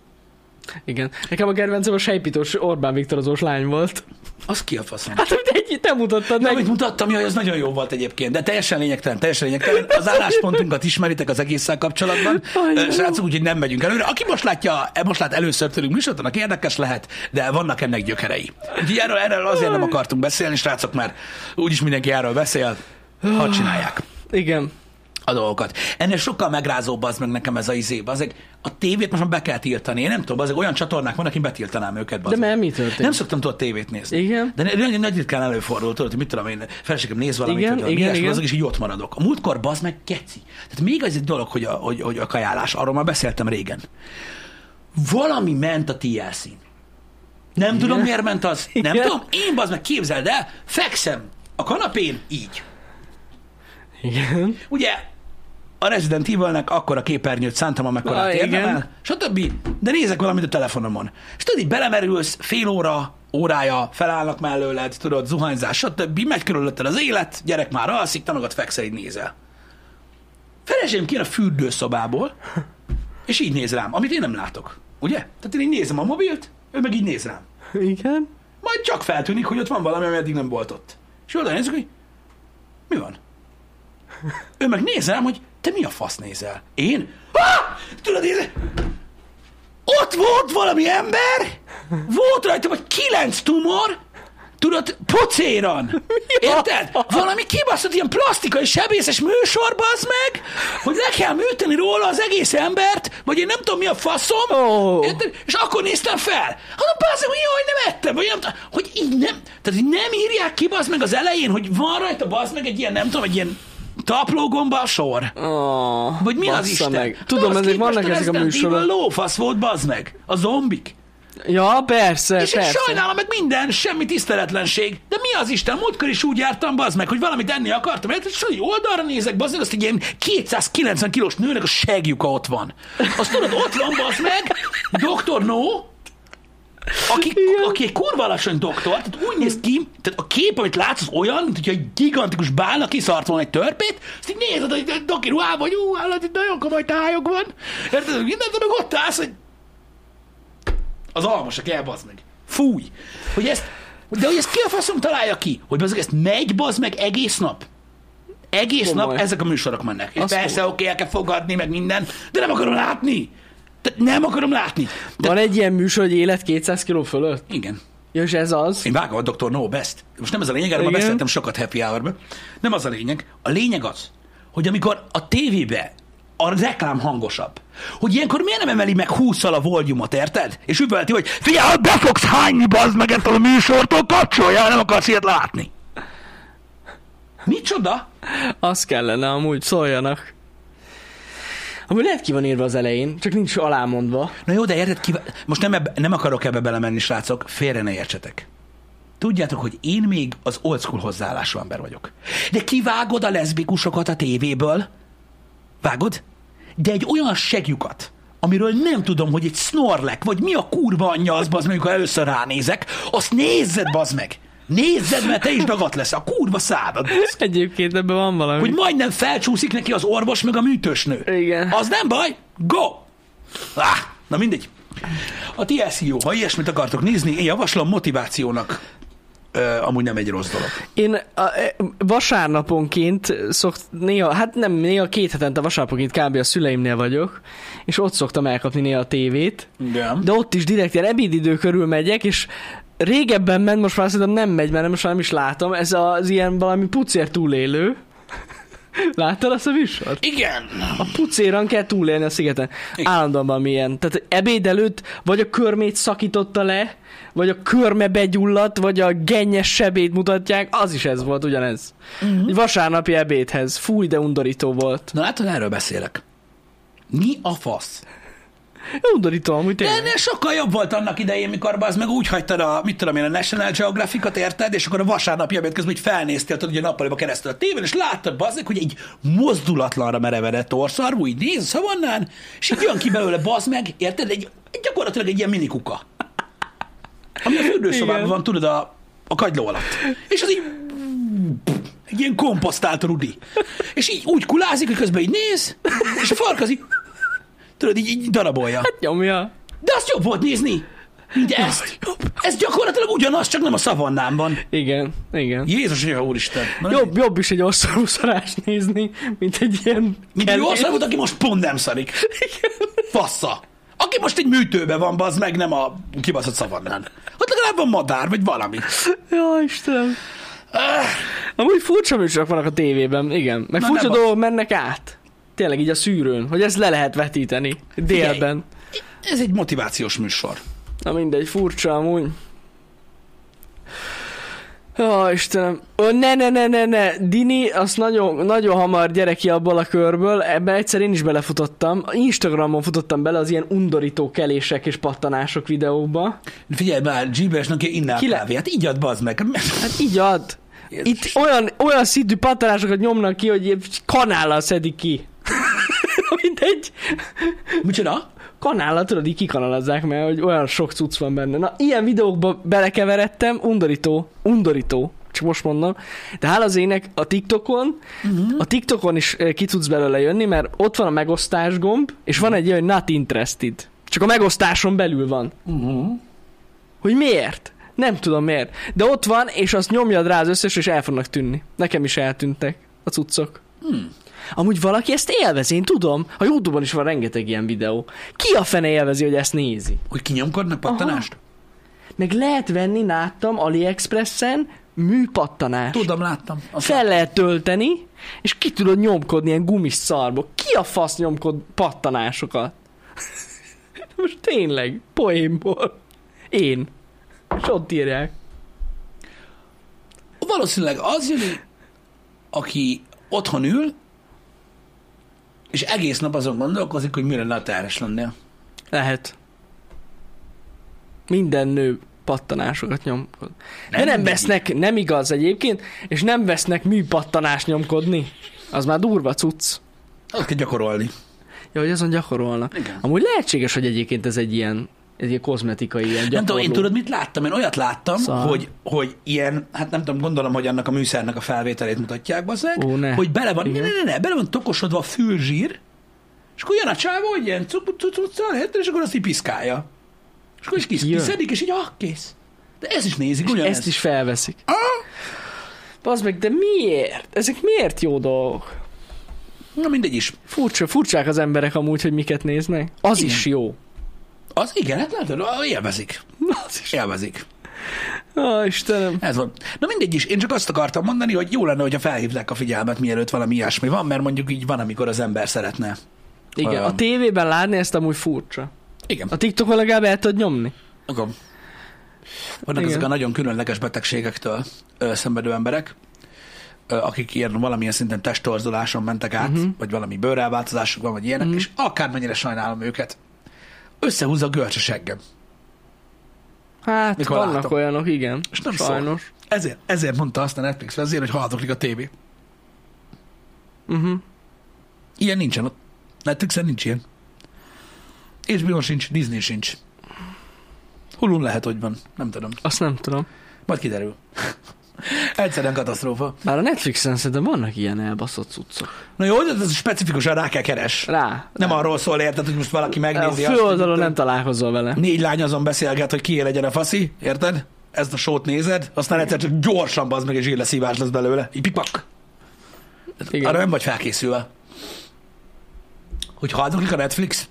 B: Igen. Nekem a kedvencem a sejpítós Orbán Viktorozós lány volt. *laughs*
A: Az ki a faszom?
B: Hát amit egy, te mutattad meg.
A: Amit mutattam, jaj, az nagyon jó volt egyébként, de teljesen lényegtelen, teljesen lényegtelen. Az álláspontunkat ismeritek az egésszel kapcsolatban,
B: Aj,
A: Ö,
B: jó.
A: srácok, úgyhogy nem megyünk előre. Aki most látja, e, most lát először tőlünk műsort, annak érdekes lehet, de vannak ennek gyökerei. Úgyhogy erről, erről azért nem akartunk beszélni, srácok, mert úgyis mindenki erről beszél, ha csinálják
B: Igen.
A: a dolgokat. Ennél sokkal megrázóbb az meg nekem ez a izé, azek a tévét most már be kell tiltani. Én nem tudom, azok olyan csatornák vannak, én betiltanám őket. bazeg.
B: De mert mi történt?
A: Nem szoktam tudod tévét nézni.
B: Igen.
A: De nagyon nagy ritkán előfordul, tudod, hogy mit tudom én, feleségem néz valamit,
B: Igen,
A: vagy valami
B: igen,
A: ilyesmi,
B: igen.
A: azok is így ott maradok. A múltkor bazd meg keci. Tehát még az egy dolog, hogy a, hogy, hogy a kajálás, arról már beszéltem régen. Valami ment a TLC-n. Nem igen. tudom, miért ment az. Nem
B: Igen.
A: tudom. Én bazd meg képzeld el, fekszem a kanapén így.
B: Igen.
A: Ugye a Resident Evilnek akkor a képernyőt szántam, amekkora
B: Ah,
A: érdemel,
B: igen.
A: stb. De nézek valamit a telefonomon. És tudod, így belemerülsz, fél óra, órája, felállnak mellőled, tudod, zuhanyzás, stb. Megy körülötted az élet, gyerek már alszik, te magad fekszel, így nézel. Feleségem kijön a fürdőszobából, és így néz rám, amit én nem látok. Ugye? Tehát én így nézem a mobilt, ő meg így néz rám.
B: Igen.
A: Majd csak feltűnik, hogy ott van valami, ami eddig nem volt ott. És oda nézzük, hogy mi van? Ő meg néz rám, hogy te mi a fasz nézel? Én? Ah! Tudod, nézd! Ott volt valami ember, volt rajta vagy kilenc tumor, Tudod, pocéran! Érted? Valami kibaszott ilyen plastikai sebészes műsor, bazd meg, hogy le kell műteni róla az egész embert, vagy én nem tudom mi a faszom,
B: Ó.
A: érted? és akkor néztem fel. Hanem bazd meg, hogy jaj, nem ettem, vagy nem tudom, hogy így nem, tehát így nem írják ki bazd meg az elején, hogy van rajta bazd meg egy ilyen, nem tudom, egy ilyen taplógomba a sor.
B: Oh,
A: Vagy mi az Isten?
B: Meg.
A: Hát
B: Tudom,
A: ahhoz
B: ezek
A: képest
B: vannak ezek a
A: Resident Evil
B: műsorok.
A: lófasz volt, bazd meg. A zombik.
B: Ja, persze,
A: És én
B: persze.
A: sajnálom meg minden, semmi tiszteletlenség. De mi az Isten? Múltkor is úgy jártam, bazd meg, hogy valamit enni akartam, Hát, és az oldalra nézek, bazd meg, azt egy ilyen 290 kilós nőnek a segjuka ott van. Azt tudod, ott van, bazd meg, Dr. No, aki, aki egy kurva alacsony doktor, tehát úgy néz ki, tehát a kép, amit látsz, az olyan, mint hogyha egy gigantikus bálna kiszart volna egy törpét, azt így nézed, hogy egy doki ruhában, hogy ú, állat, itt nagyon komoly tájog van, érted, mindent, meg ott állsz, hogy az almosak el, bazd meg. Fúj! Hogy ezt, de hogy ezt ki a faszom találja ki? Hogy bazd meg, ezt megy, bazd meg egész nap? Egész
B: Komoly.
A: nap ezek a műsorok mennek. És
B: Az
A: persze,
B: fú.
A: oké, el kell fogadni, meg minden, de nem akarom látni. De nem akarom látni. De,
B: Van egy ilyen műsor, hogy élet 200 kiló fölött?
A: igen.
B: Ja, és ez az?
A: Én vágom a Dr. No Best. Most nem ez a lényeg, erről már
B: Igen.
A: beszéltem sokat Happy hour Nem az a lényeg. A lényeg az, hogy amikor a tévébe a reklám hangosabb, hogy ilyenkor miért nem emeli meg 20 a volumot, érted? És üvölti, hogy figyelj, be fogsz hányni, bazd meg ettől a műsortól, kapcsoljál, nem akarsz ilyet látni. Micsoda?
B: Az kellene amúgy, szóljanak. Amúgy lehet ki van írva az elején, csak nincs alámondva.
A: Na jó, de érted, kíván... most nem, ebbe, nem akarok ebbe belemenni, srácok, félre ne értsetek. Tudjátok, hogy én még az old school hozzáállású ember vagyok. De kivágod a leszbikusokat a tévéből, vágod, de egy olyan segjukat, amiről nem tudom, hogy egy snorlek, vagy mi a kurva anyja az, bazd meg, amikor először ránézek, azt nézzed, bazd meg! Nézzed, mert te is dagat lesz a kurva szádad, bazd.
B: Egyébként ebben van valami.
A: Hogy majdnem felcsúszik neki az orvos, meg a műtősnő.
B: Hm. Igen.
A: Az nem baj, go! Ah, na mindegy. A TLC jó, ha ilyesmit akartok nézni, én javaslom motivációnak. Ö, amúgy nem egy rossz dolog.
B: Én a, e, vasárnaponként szokt, néha, hát nem, néha két hetente vasárnaponként kb. a szüleimnél vagyok, és ott szoktam elkapni néha a tévét,
A: Igen.
B: de ott is direkt ilyen ebédidő körül megyek, és régebben ment, most már szerintem nem megy, mert most már nem is látom, ez az ilyen valami pucér túlélő. Láttad azt a műsort?
A: Igen.
B: A pucéran kell túlélni a szigeten.
A: Igen.
B: Állandóan valami ilyen. Tehát ebéd előtt vagy a körmét szakította le, vagy a körme begyulladt, vagy a gennyes sebét mutatják, az is ez volt ugyanez. Uh-huh. Vasárnapi ebédhez. Fúj, de undorító volt.
A: Na látod, erről beszélek. Mi a fasz?
B: Undorító amúgy
A: De
B: tényleg.
A: ennél sokkal jobb volt annak idején, mikor az meg úgy hagytad a, mit tudom én, a National Geographic-ot, érted? És akkor a vasárnapi ebéd közben így felnéztél, tudod, hogy a nappaliba keresztül a tévén, és láttad bazd meg, hogy egy mozdulatlanra merevedett orszarvú, így néz a szavannán, és így jön ki belőle bazd meg, érted? Egy, egy gyakorlatilag egy ilyen minikuka. Ami a fürdőszobában
B: Igen.
A: van, tudod, a, a kagyló alatt. És az így egy ilyen komposztált rudi. És így úgy kulázik, hogy közben így néz, és a farkas így, tudod, így, így darabolja.
B: Nyomja.
A: De azt jobb volt nézni, mint ezt. Ez gyakorlatilag ugyanaz, csak nem a szavannámban.
B: Igen, igen.
A: Jézus, jó úristen. Na,
B: Jobb, jobb is egy orszorúszarást nézni, mint egy ilyen...
A: Mint egy
B: kellés.
A: ország volt, aki most pont nem szarik. Fassza. Aki most egy műtőbe van, az meg nem a kibaszott szavannán. Ott legalább van madár, vagy valami.
B: Ja, Istenem. Ah! Amúgy furcsa műsorok vannak a tévében, igen. Meg
A: Na,
B: furcsa
A: nem az.
B: dolgok mennek át. Tényleg így a szűrőn, hogy ezt le lehet vetíteni. Délben.
A: Ez egy motivációs műsor.
B: Na mindegy, furcsa amúgy. Ja, Istenem. Ö, ne, ne, ne, ne, ne. Dini, azt nagyon, nagyon hamar gyere ki abból a körből. Ebben egyszer én is belefutottam. Instagramon futottam bele az ilyen undorító kelések és pattanások videóba.
A: Figyelj már, Gilbertnek innál
B: Ki le-
A: kávét. Így ad, bazd meg.
B: Hát így ad.
A: Jézus.
B: Itt olyan, olyan szintű pattanásokat nyomnak ki, hogy ilyen kanállal szedik ki. *laughs* Mindegy.
A: Micsoda?
B: Kanállal tudod, így kikanalazzák, mert hogy olyan sok cucc van benne. Na, ilyen videókba belekeveredtem, undorító, undorító, csak most mondom. De hála az ének a TikTokon, uh-huh. a TikTokon is eh, ki tudsz belőle jönni, mert ott van a megosztás gomb, és van egy olyan hogy not interested. Csak a megosztáson belül van.
A: Mhm.
B: Hogy miért? Nem tudom miért. De ott van, és azt nyomjad rá az összes, és el fognak tűnni. Nekem is eltűntek a cuccok.
A: Hmm.
B: Amúgy valaki ezt élvezi, én tudom. A Youtube-on is van rengeteg ilyen videó. Ki a fene élvezi, hogy ezt nézi?
A: Hogy kinyomkodnak pattanást?
B: meg lehet venni, láttam AliExpressen műpattanást.
A: Tudom, láttam. Azt
B: fel lehet tölteni, és ki tudod nyomkodni ilyen gumis szarba. Ki a fasz nyomkod pattanásokat? *laughs* Most tényleg, poénból. Én. És ott írják.
A: Valószínűleg az jön, aki otthon ül, és egész nap azon gondolkozik, hogy mi lenne a társ lennél.
B: Lehet. Minden nő pattanásokat nyomkod. De nem
A: mindegyik.
B: vesznek, nem igaz egyébként, és nem vesznek műpattanást nyomkodni. Az már durva cucc.
A: Azt kell gyakorolni.
B: Ja, hogy azon gyakorolnak.
A: Igen.
B: Amúgy lehetséges, hogy egyébként ez egy ilyen, egy ilyen kozmetikai, ilyen
A: Nem tudom,
B: gyakorló.
A: én tudod, mit láttam? Én olyat láttam,
B: Szar.
A: hogy, hogy ilyen, hát nem tudom, gondolom, hogy annak a műszernek a felvételét mutatják, bazzeg,
B: Ó, ne.
A: hogy bele van, ne,
B: Igen.
A: ne, ne, ne, bele van tokosodva a fülzsír, és akkor jön a csávó, hogy ilyen cuk, cuk, cuk, cuk, lehet, és akkor azt így piszkálja. És akkor is kis,
B: Jön.
A: kiszedik, és így, ah, kész. De ez is nézik, ugyanez.
B: Ezt is felveszik.
A: Ah!
B: Az meg, de miért? Ezek miért jó dolgok?
A: Na mindegy is.
B: Furcsa, furcsák az emberek amúgy, hogy miket néznek. Az
A: Igen.
B: is jó.
A: Az igen, hát látod, ah, élvezik.
B: Az is.
A: Élvezik.
B: Ó, Istenem.
A: Ez van. Na mindegy is, én csak azt akartam mondani, hogy jó lenne, hogyha felhívták a figyelmet, mielőtt valami ilyesmi van, mert mondjuk így van, amikor az ember szeretne.
B: Igen, a
A: Olyan.
B: tévében látni ezt amúgy furcsa.
A: Igen.
B: A TikTokon legalább el tudod nyomni.
A: Hát, Akkor. Vannak
B: Igen.
A: ezek a nagyon különleges betegségektől ö, szenvedő emberek, ö, akik ilyen valamilyen szinten testtorzuláson mentek át,
B: Mhm.
A: uh-huh. vagy valami bőrelváltozásuk van, vagy ilyenek, uh-huh. és akármennyire sajnálom őket, összehúzza a görcs a seggem.
B: Hát,
A: Mikor
B: vannak
A: látom.
B: olyanok, igen.
A: És nem szól.
B: Sajnos.
A: Ezért, ezért mondta azt a Netflix vezér, hogy haldoklik a tévé.
B: Uh-huh.
A: Ilyen nincsen. A Netflixen nincs ilyen. És mi sincs, Disney sincs. Hulun lehet, hogy van. Nem tudom.
B: Azt nem tudom.
A: Majd kiderül. *laughs* Egyszerűen katasztrófa.
B: Bár a Netflixen szerintem vannak ilyen elbaszott cuccok.
A: Na jó, de ez specifikusan rá kell keres.
B: Rá.
A: Nem arról szól, érted, hogy most valaki
B: A
A: megnézi azt, hogy
B: főoldalon
A: itt
B: nem találkozol vele.
A: négy lány azon beszélget, hogy kié legyen a faszi, érted? Ezt a sót nézed, aztán egyszer csak gyorsan bazd meg, és illeszívás lesz belőle. Így pikpak.
B: Igen.
A: Arra nem vagy felkészülve. Hogy haldoklik a Netflix?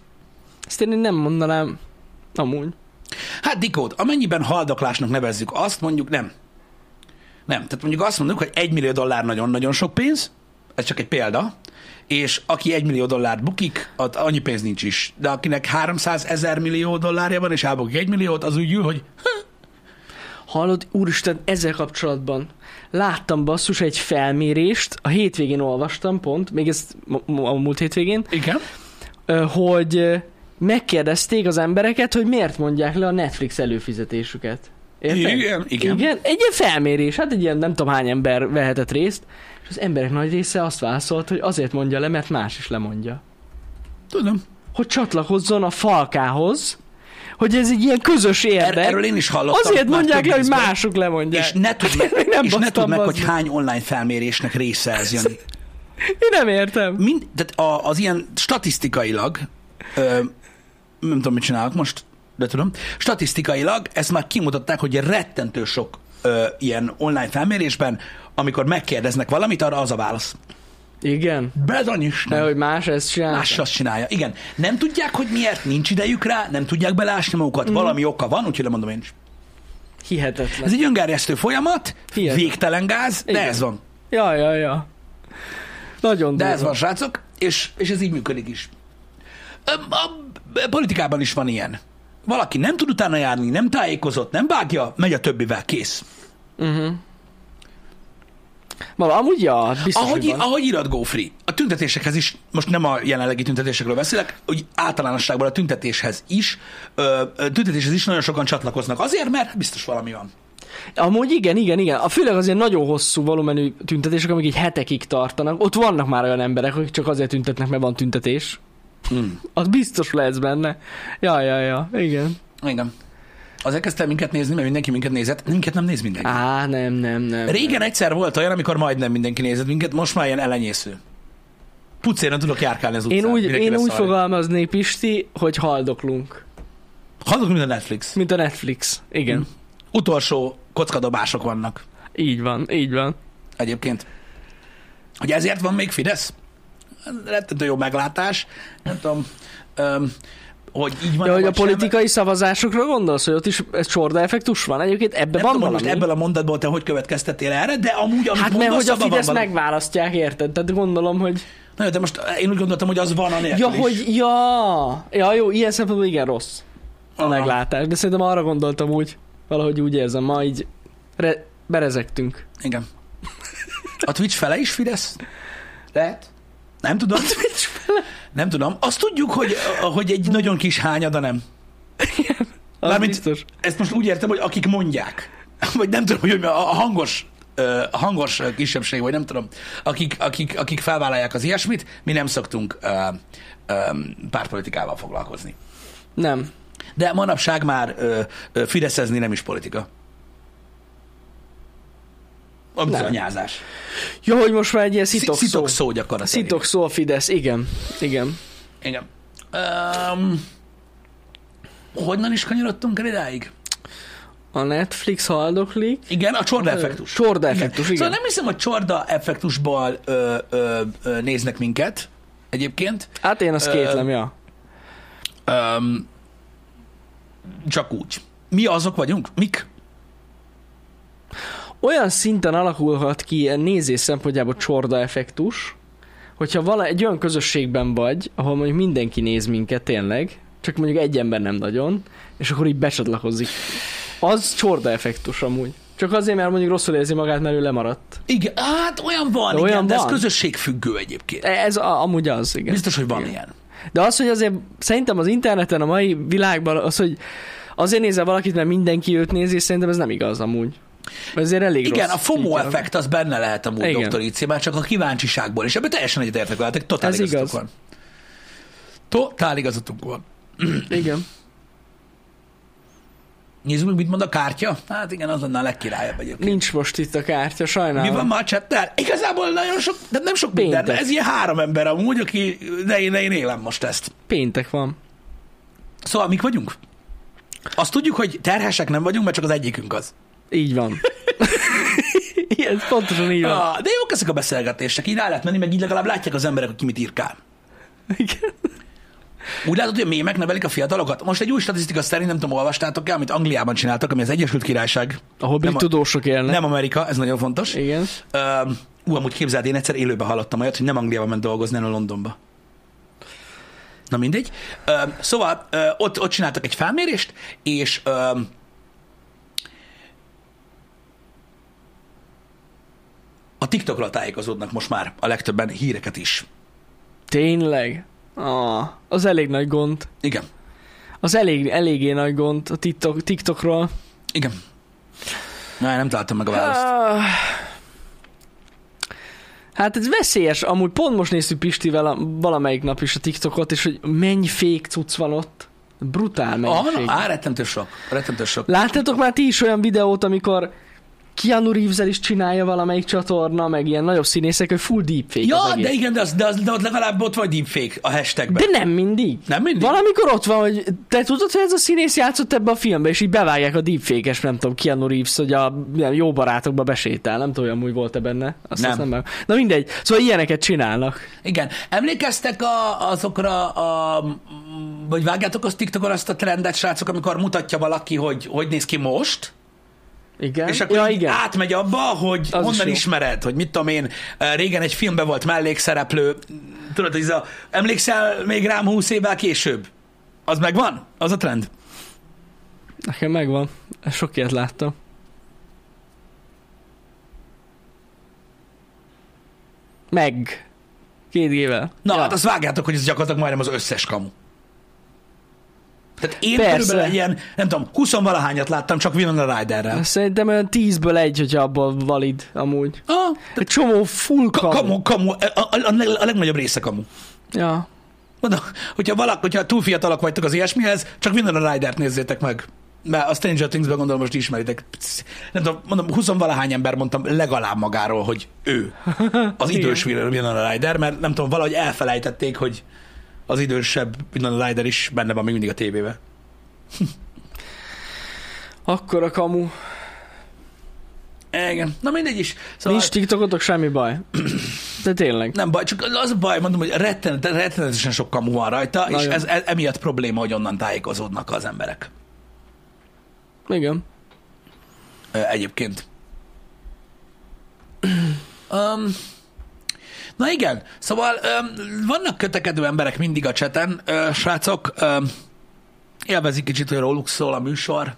B: Ezt én nem mondanám. Amúgy.
A: Hát Dikód, amennyiben haldoklásnak nevezzük, azt mondjuk nem. Nem. Tehát mondjuk azt mondjuk, hogy egy millió dollár nagyon-nagyon sok pénz, ez csak egy példa, és aki egy millió dollárt bukik, ott annyi pénz nincs is. De akinek 300 ezer millió dollárja van, és elbukik egy milliót, az úgy ül, hogy
B: Hallod, úristen, ezzel kapcsolatban láttam basszus egy felmérést, a hétvégén olvastam pont, még ezt ma- ma- a múlt hétvégén,
A: igen,
B: ö, hogy ö, megkérdezték az embereket, hogy miért mondják le a Netflix előfizetésüket. Érted?
A: Igen, igen.
B: igen. Egy ilyen felmérés, hát egy ilyen nem tudom hány ember vehetett részt, és az emberek nagy része azt válaszolt, hogy azért mondja le, mert más is lemondja.
A: tudom.
B: Hogy csatlakozzon a falkához, hogy ez egy ilyen közös
A: Er,
B: érdek.
A: erről én is hallottam.
B: Azért
A: már
B: mondják
A: több
B: le, hogy
A: ízben.
B: mások lemondják.
A: És ne tudd meg,
B: *laughs* Én nem
A: és ne tudd
B: basztam
A: meg hogy
B: bazd.
A: hány online felmérésnek része ez, Jani.
B: Én nem értem.
A: Mind, tehát a, az ilyen statisztikailag, ö, nem tudom, mit csinálok most, de tudom, statisztikailag ezt már kimutatták, hogy rettentő sok ö, ilyen online felmérésben, amikor megkérdeznek valamit, arra az a válasz.
B: Igen.
A: Bezony is
B: De
A: nem.
B: hogy más ezt csinál.
A: Más azt csinálja. Igen. Nem tudják, hogy miért nincs idejük rá, nem tudják belásni magukat. Mm. Valami oka van, úgyhogy lemondom én is.
B: Hihetetlen.
A: Ez egy öngerjesztő folyamat,
B: Hihetetlen.
A: végtelen gáz, de
B: Igen.
A: ez van.
B: Ja, ja, ja. Nagyon
A: De
B: durva.
A: ez van, srácok, és, és ez így működik is. Ö, A a politikában is van ilyen. Valaki nem tud utána járni, nem tájékozott, nem vágja, megy a többivel, kész.
B: Vala, amúgy ja, biztos, ahogy,
A: Ahogy,
B: hogy van.
A: ahogy irat Gófri, a tüntetésekhez is, most nem a jelenlegi tüntetésekről beszélek, úgy általánosságban a tüntetéshez is, ö, ö, tüntetéshez is nagyon sokan csatlakoznak. Azért, mert biztos valami van.
B: Amúgy igen, igen, igen. A főleg az ilyen nagyon hosszú volumenű tüntetések, amik így hetekig tartanak. Ott vannak már olyan emberek, akik csak azért tüntetnek, mert van tüntetés.
A: Hmm.
B: Az biztos lesz benne. Ja, ja, ja, igen.
A: Igen. Az elkezdtem minket nézni, mert mindenki minket nézett, minket nem néz mindenki.
B: Á, nem, nem, nem.
A: Régen egyszer volt olyan, amikor majdnem mindenki nézett minket, most már ilyen elenyésző. Pucéran tudok járkálni az utcán.
B: Én úgy,
A: mindenki
B: én
A: lesz
B: úgy
A: arra.
B: fogalmaznék, Pisti, hogy haldoklunk.
A: Hazudok, mint a Netflix.
B: Mint a Netflix. Igen.
A: Hmm. Utolsó kockadobások vannak
B: Így van, így van.
A: egyébként. Hogy ezért van még Fidesz? Ez Rettentő jó meglátás. Nem tudom, öm, hogy így van.
B: De hogy a politikai szavazásokra gondolsz, hogy ott is ez csorda effektus van? Egyébként ebben
A: nem
B: van
A: tudom, hogy
B: valami.
A: most ebből a mondatból te hogy következtetél erre, de amúgy, amit
B: Hát mert
A: mondasz,
B: hogy a
A: abban van
B: Fidesz
A: valami.
B: megválasztják, érted? Tehát gondolom, hogy...
A: Na jó, de most én úgy gondoltam, hogy az van a
B: Ja,
A: nélkül is.
B: hogy... Ja! Ja, jó, ilyen szempontból igen rossz a
A: Aha.
B: meglátás. De szerintem arra gondoltam úgy, valahogy úgy érzem, ma így re- berezegtünk.
A: Igen. A Twitch fele is Fidesz? Lehet. Nem tudom. Nem tudom. Azt tudjuk, hogy, hogy egy nagyon kis hányada nem.
B: Az
A: Mármint-
B: biztos.
A: Ezt most úgy értem, hogy akik mondják. Vagy nem tudom, hogy mi a a hangos ö, a hangos ö, kisebbség, vagy nem tudom, akik, akik, akik felvállalják az ilyesmit, mi nem szoktunk ö, ö, pártpolitikával foglalkozni.
B: Nem.
A: De manapság már ö, ö, fideszezni nem is politika. A bizonyázás.
B: Jó, hogy most már egy ilyen szitok,
A: Szi- Szitok
B: szó.
A: szó gyakorlatilag.
B: Szitok szó a Fidesz, igen. Igen.
A: Igen. Um, honnan is kanyarodtunk el idáig?
B: A Netflix haldoklik.
A: Igen, a csorda effektus.
B: Csorda effektus, igen.
A: Szóval nem hiszem, hogy csorda effektusból ö, ö, ö, néznek minket egyébként.
B: Hát én azt
A: Ö,
B: kétlem, ja.
A: Um, csak úgy. Mi azok vagyunk? Mik?
B: olyan szinten alakulhat ki ilyen nézés szempontjából csorda effektus, hogyha vala egy olyan közösségben vagy, ahol mondjuk mindenki néz minket tényleg, csak mondjuk egy ember nem nagyon, és akkor így becsatlakozik. Az csorda effektus amúgy. Csak azért, mert mondjuk rosszul érzi magát, mert ő lemaradt.
A: Igen, hát olyan van,
B: De
A: olyan igen,
B: olyan
A: de ez
B: van.
A: közösségfüggő egyébként.
B: E- Ez a, amúgy az, igen.
A: Biztos, hogy van
B: Igen.
A: ilyen.
B: De az, hogy azért szerintem az interneten, a mai világban az, hogy azért nézel valakit, mert mindenki őt nézi, és szerintem ez nem igaz amúgy. Ezért elég
A: Igen,
B: rossz
A: a FOMO
B: így van.
A: effekt az benne lehet amúgy
B: Igen.
A: doktor IC, már csak a kíváncsiságból, és ebben teljesen egyetértek veletek, totál
B: Ez
A: igazatok
B: igaz.
A: van. Totál igazatok van.
B: Igen.
A: Nézzük meg, mit mond a kártya. Hát igen, az lenne a legkirályabb egyébként.
B: Nincs most itt a kártya, sajnálom.
A: Mi van ma a chattel? Igazából nagyon sok, de nem sok minden,
B: Péntek.
A: de ez ilyen három ember amúgy, aki, de én, de én élem most ezt.
B: Péntek van.
A: Szóval mik vagyunk? Azt tudjuk, hogy terhesek nem vagyunk, mert csak az egyikünk az.
B: Így van. *laughs* Igen, pontosan így van.
A: Ah, de jók ezek a beszélgetések, így rá lehet menni, meg így legalább látják az emberek, aki mit írkál.
B: Igen.
A: Úgy látod, hogy a mémek nevelik a fiatalokat? Most egy új statisztika szerint, nem tudom, olvastátok-e, amit Angliában csináltak, ami az Egyesült Királyság,
B: Ahol brit
A: Nem a-
B: tudósok élnek.
A: nem Amerika, ez nagyon fontos.
B: Igen.
A: Öm, Ú, amúgy képzeld, én egyszer élőbe hallottam olyat, hogy nem Angliában ment dolgozni, hanem Londonba. Na mindegy. Öm, Szóval ö, ott, ott csináltak egy felmérést, és öm, a TikTokra tájékozódnak most már a legtöbben híreket is.
B: Tényleg? Ah, az elég nagy gond.
A: Igen,
B: Az elég, eléggé nagy gond a TikTok, TikTokról.
A: igen. Na, nem találtam meg a választ.
B: Ah. Hát ez veszélyes. Amúgy pont most néztük Pistivel a, valamelyik nap is a TikTokot, és hogy mennyi fék cucc van ott. Brutál mennyiség.
A: Ah, á, rettentő sok. Rettentő sok.
B: Láttátok már ti is olyan videót, amikor Keanu reeves is csinálja valamelyik csatorna, meg ilyen nagyobb színészek, hogy full deepfake az
A: Ja,
B: egész.
A: de igen, de, az, de, az, de ott legalább ott vagy deepfake a hashtagben.
B: de nem mindig.
A: Nem mindig?
B: Valamikor ott van, hogy te tudod, hogy ez a színész játszott ebbe a filmbe, és így bevágják a deepfake-es, nem tudom, Keanu Reeves, hogy a nem, jó barátokba besétál, nem tudom, hogy amúgy volt-e benne. Azt
A: Nem.
B: nem. nem meg. Na mindegy, szóval ilyeneket csinálnak.
A: Igen. Emlékeztek a, azokra a vagy vágjátok az TikTokon azt a trendet, srácok, amikor mutatja valaki, hogy hogy néz ki most,
B: Igen?
A: és akkor
B: ja,
A: így
B: igen.
A: átmegy abba, hogy
B: Az
A: az
B: is
A: honnan
B: jó.
A: ismered, hogy mit tudom én, régen egy filmben volt mellékszereplő, tudod, ez a, emlékszel még rám húsz évvel később? Az megvan? Az a trend?
B: Nekem megvan. Sok ilyet láttam. Meg. Két gével.
A: Na, ja. hát azt vágjátok, hogy ez gyakorlatilag majdnem az összes kamu. Tehát én
B: Persze.
A: körülbelül egy ilyen, nem tudom, 20 valahányat láttam, csak Winona Riderrel.
B: Szerintem olyan tízből egy, hogyha abból valid amúgy.
A: Ah,
B: Egy csomó full
A: Ka- Kamu,
B: kamu.
A: kamu, e, a, a, a, a legnagyobb része kamu.
B: Ja.
A: Mondom, hogyha, valak, hogyha túl fiatalak vagytok az ilyesmihez, csak minden a Ridert nézzétek meg. Mert a Stranger Things-ben gondolom most ismeritek. Psz, Nem tudom, mondom, 20 valahány ember mondtam legalább magáról, hogy ő az idős Winona a Rider, mert nem tudom, valahogy elfelejtették, hogy az idősebb Winona Rider is benne van még mindig a tévébe.
B: Akkor a kamu.
A: Szóval- Igen. Na mindegy is.
B: Szóval... Nincs TikTokotok, semmi baj. de tényleg.
A: Nem baj, csak az a baj, mondom, hogy rettenet, rettenetesen sok kamu van rajta, Nagyon. és
B: Nagyon.
A: ez, ez, emiatt probléma, hogy onnan tájékozódnak az emberek.
B: Igen.
A: Ö, egyébként. Um, na igen, szóval um, vannak kötekedő emberek mindig a cseten, uh, srácok, um, élvezik kicsit, hogy róluk szól a műsor,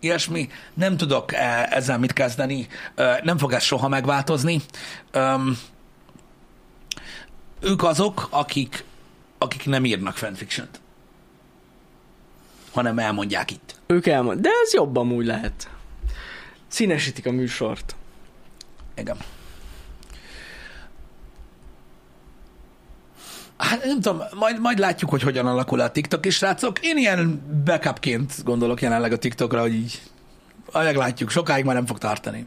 A: ilyesmi, nem tudok eh, ezzel mit kezdeni, Ö, nem fog ez soha megváltozni. Um, ők azok, akik, akik nem írnak fanfiction-t, hanem elmondják itt.
B: Ők elmond. De ez jobb amúgy lehet. Színesítik a műsort.
A: Igen. Hát nem tudom, majd, majd látjuk, hogy hogyan alakul a TikTok is, srácok. Én ilyen backupként gondolok jelenleg a TikTokra, hogy így majd meglátjuk, sokáig már nem fog tartani.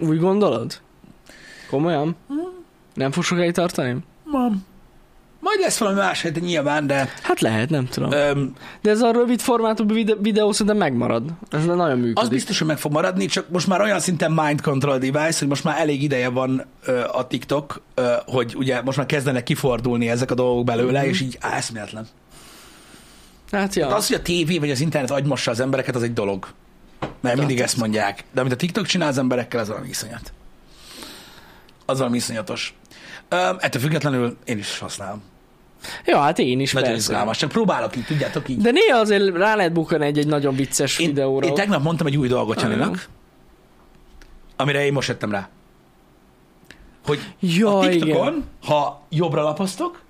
B: Úgy gondolod? Komolyan?
A: Hm.
B: Nem fog sokáig tartani?
A: Mam. Majd lesz valami más hete nyilván, de
B: Hát lehet, nem tudom.
A: öm,
B: De ez a rövid formátum videó, videó szerintem megmarad. Ez nagyon működik.
A: az biztos, hogy meg fog maradni, csak most már olyan szinten mind control device, hogy most már elég ideje van ö, a TikTok, ö, hogy ugye most már kezdenek kifordulni ezek a dolgok belőle,
B: Mhm.
A: és így á, eszméletlen.
B: Hát ja.
A: Hát az, hogy a tévé vagy az internet agymossa az embereket, az egy dolog. Mert mindig ezt mondják. De amit a TikTok csinál az emberekkel, az valami iszonyat. Az valami iszonyatos. Um, ettől függetlenül én is használom.
B: Ja, hát én is
A: Nagyon
B: persze.
A: izgalmas. Csak próbálok így, tudjátok így.
B: De néha azért rá lehet bukkan egy-egy nagyon vicces
A: Én,
B: videóra.
A: én tegnap mondtam egy új dolgot
B: Nagyon.
A: Janinak, amire én most jöttem rá. Hogy
B: ja,
A: a TikTokon,
B: igen.
A: ha jobbra lapoztok,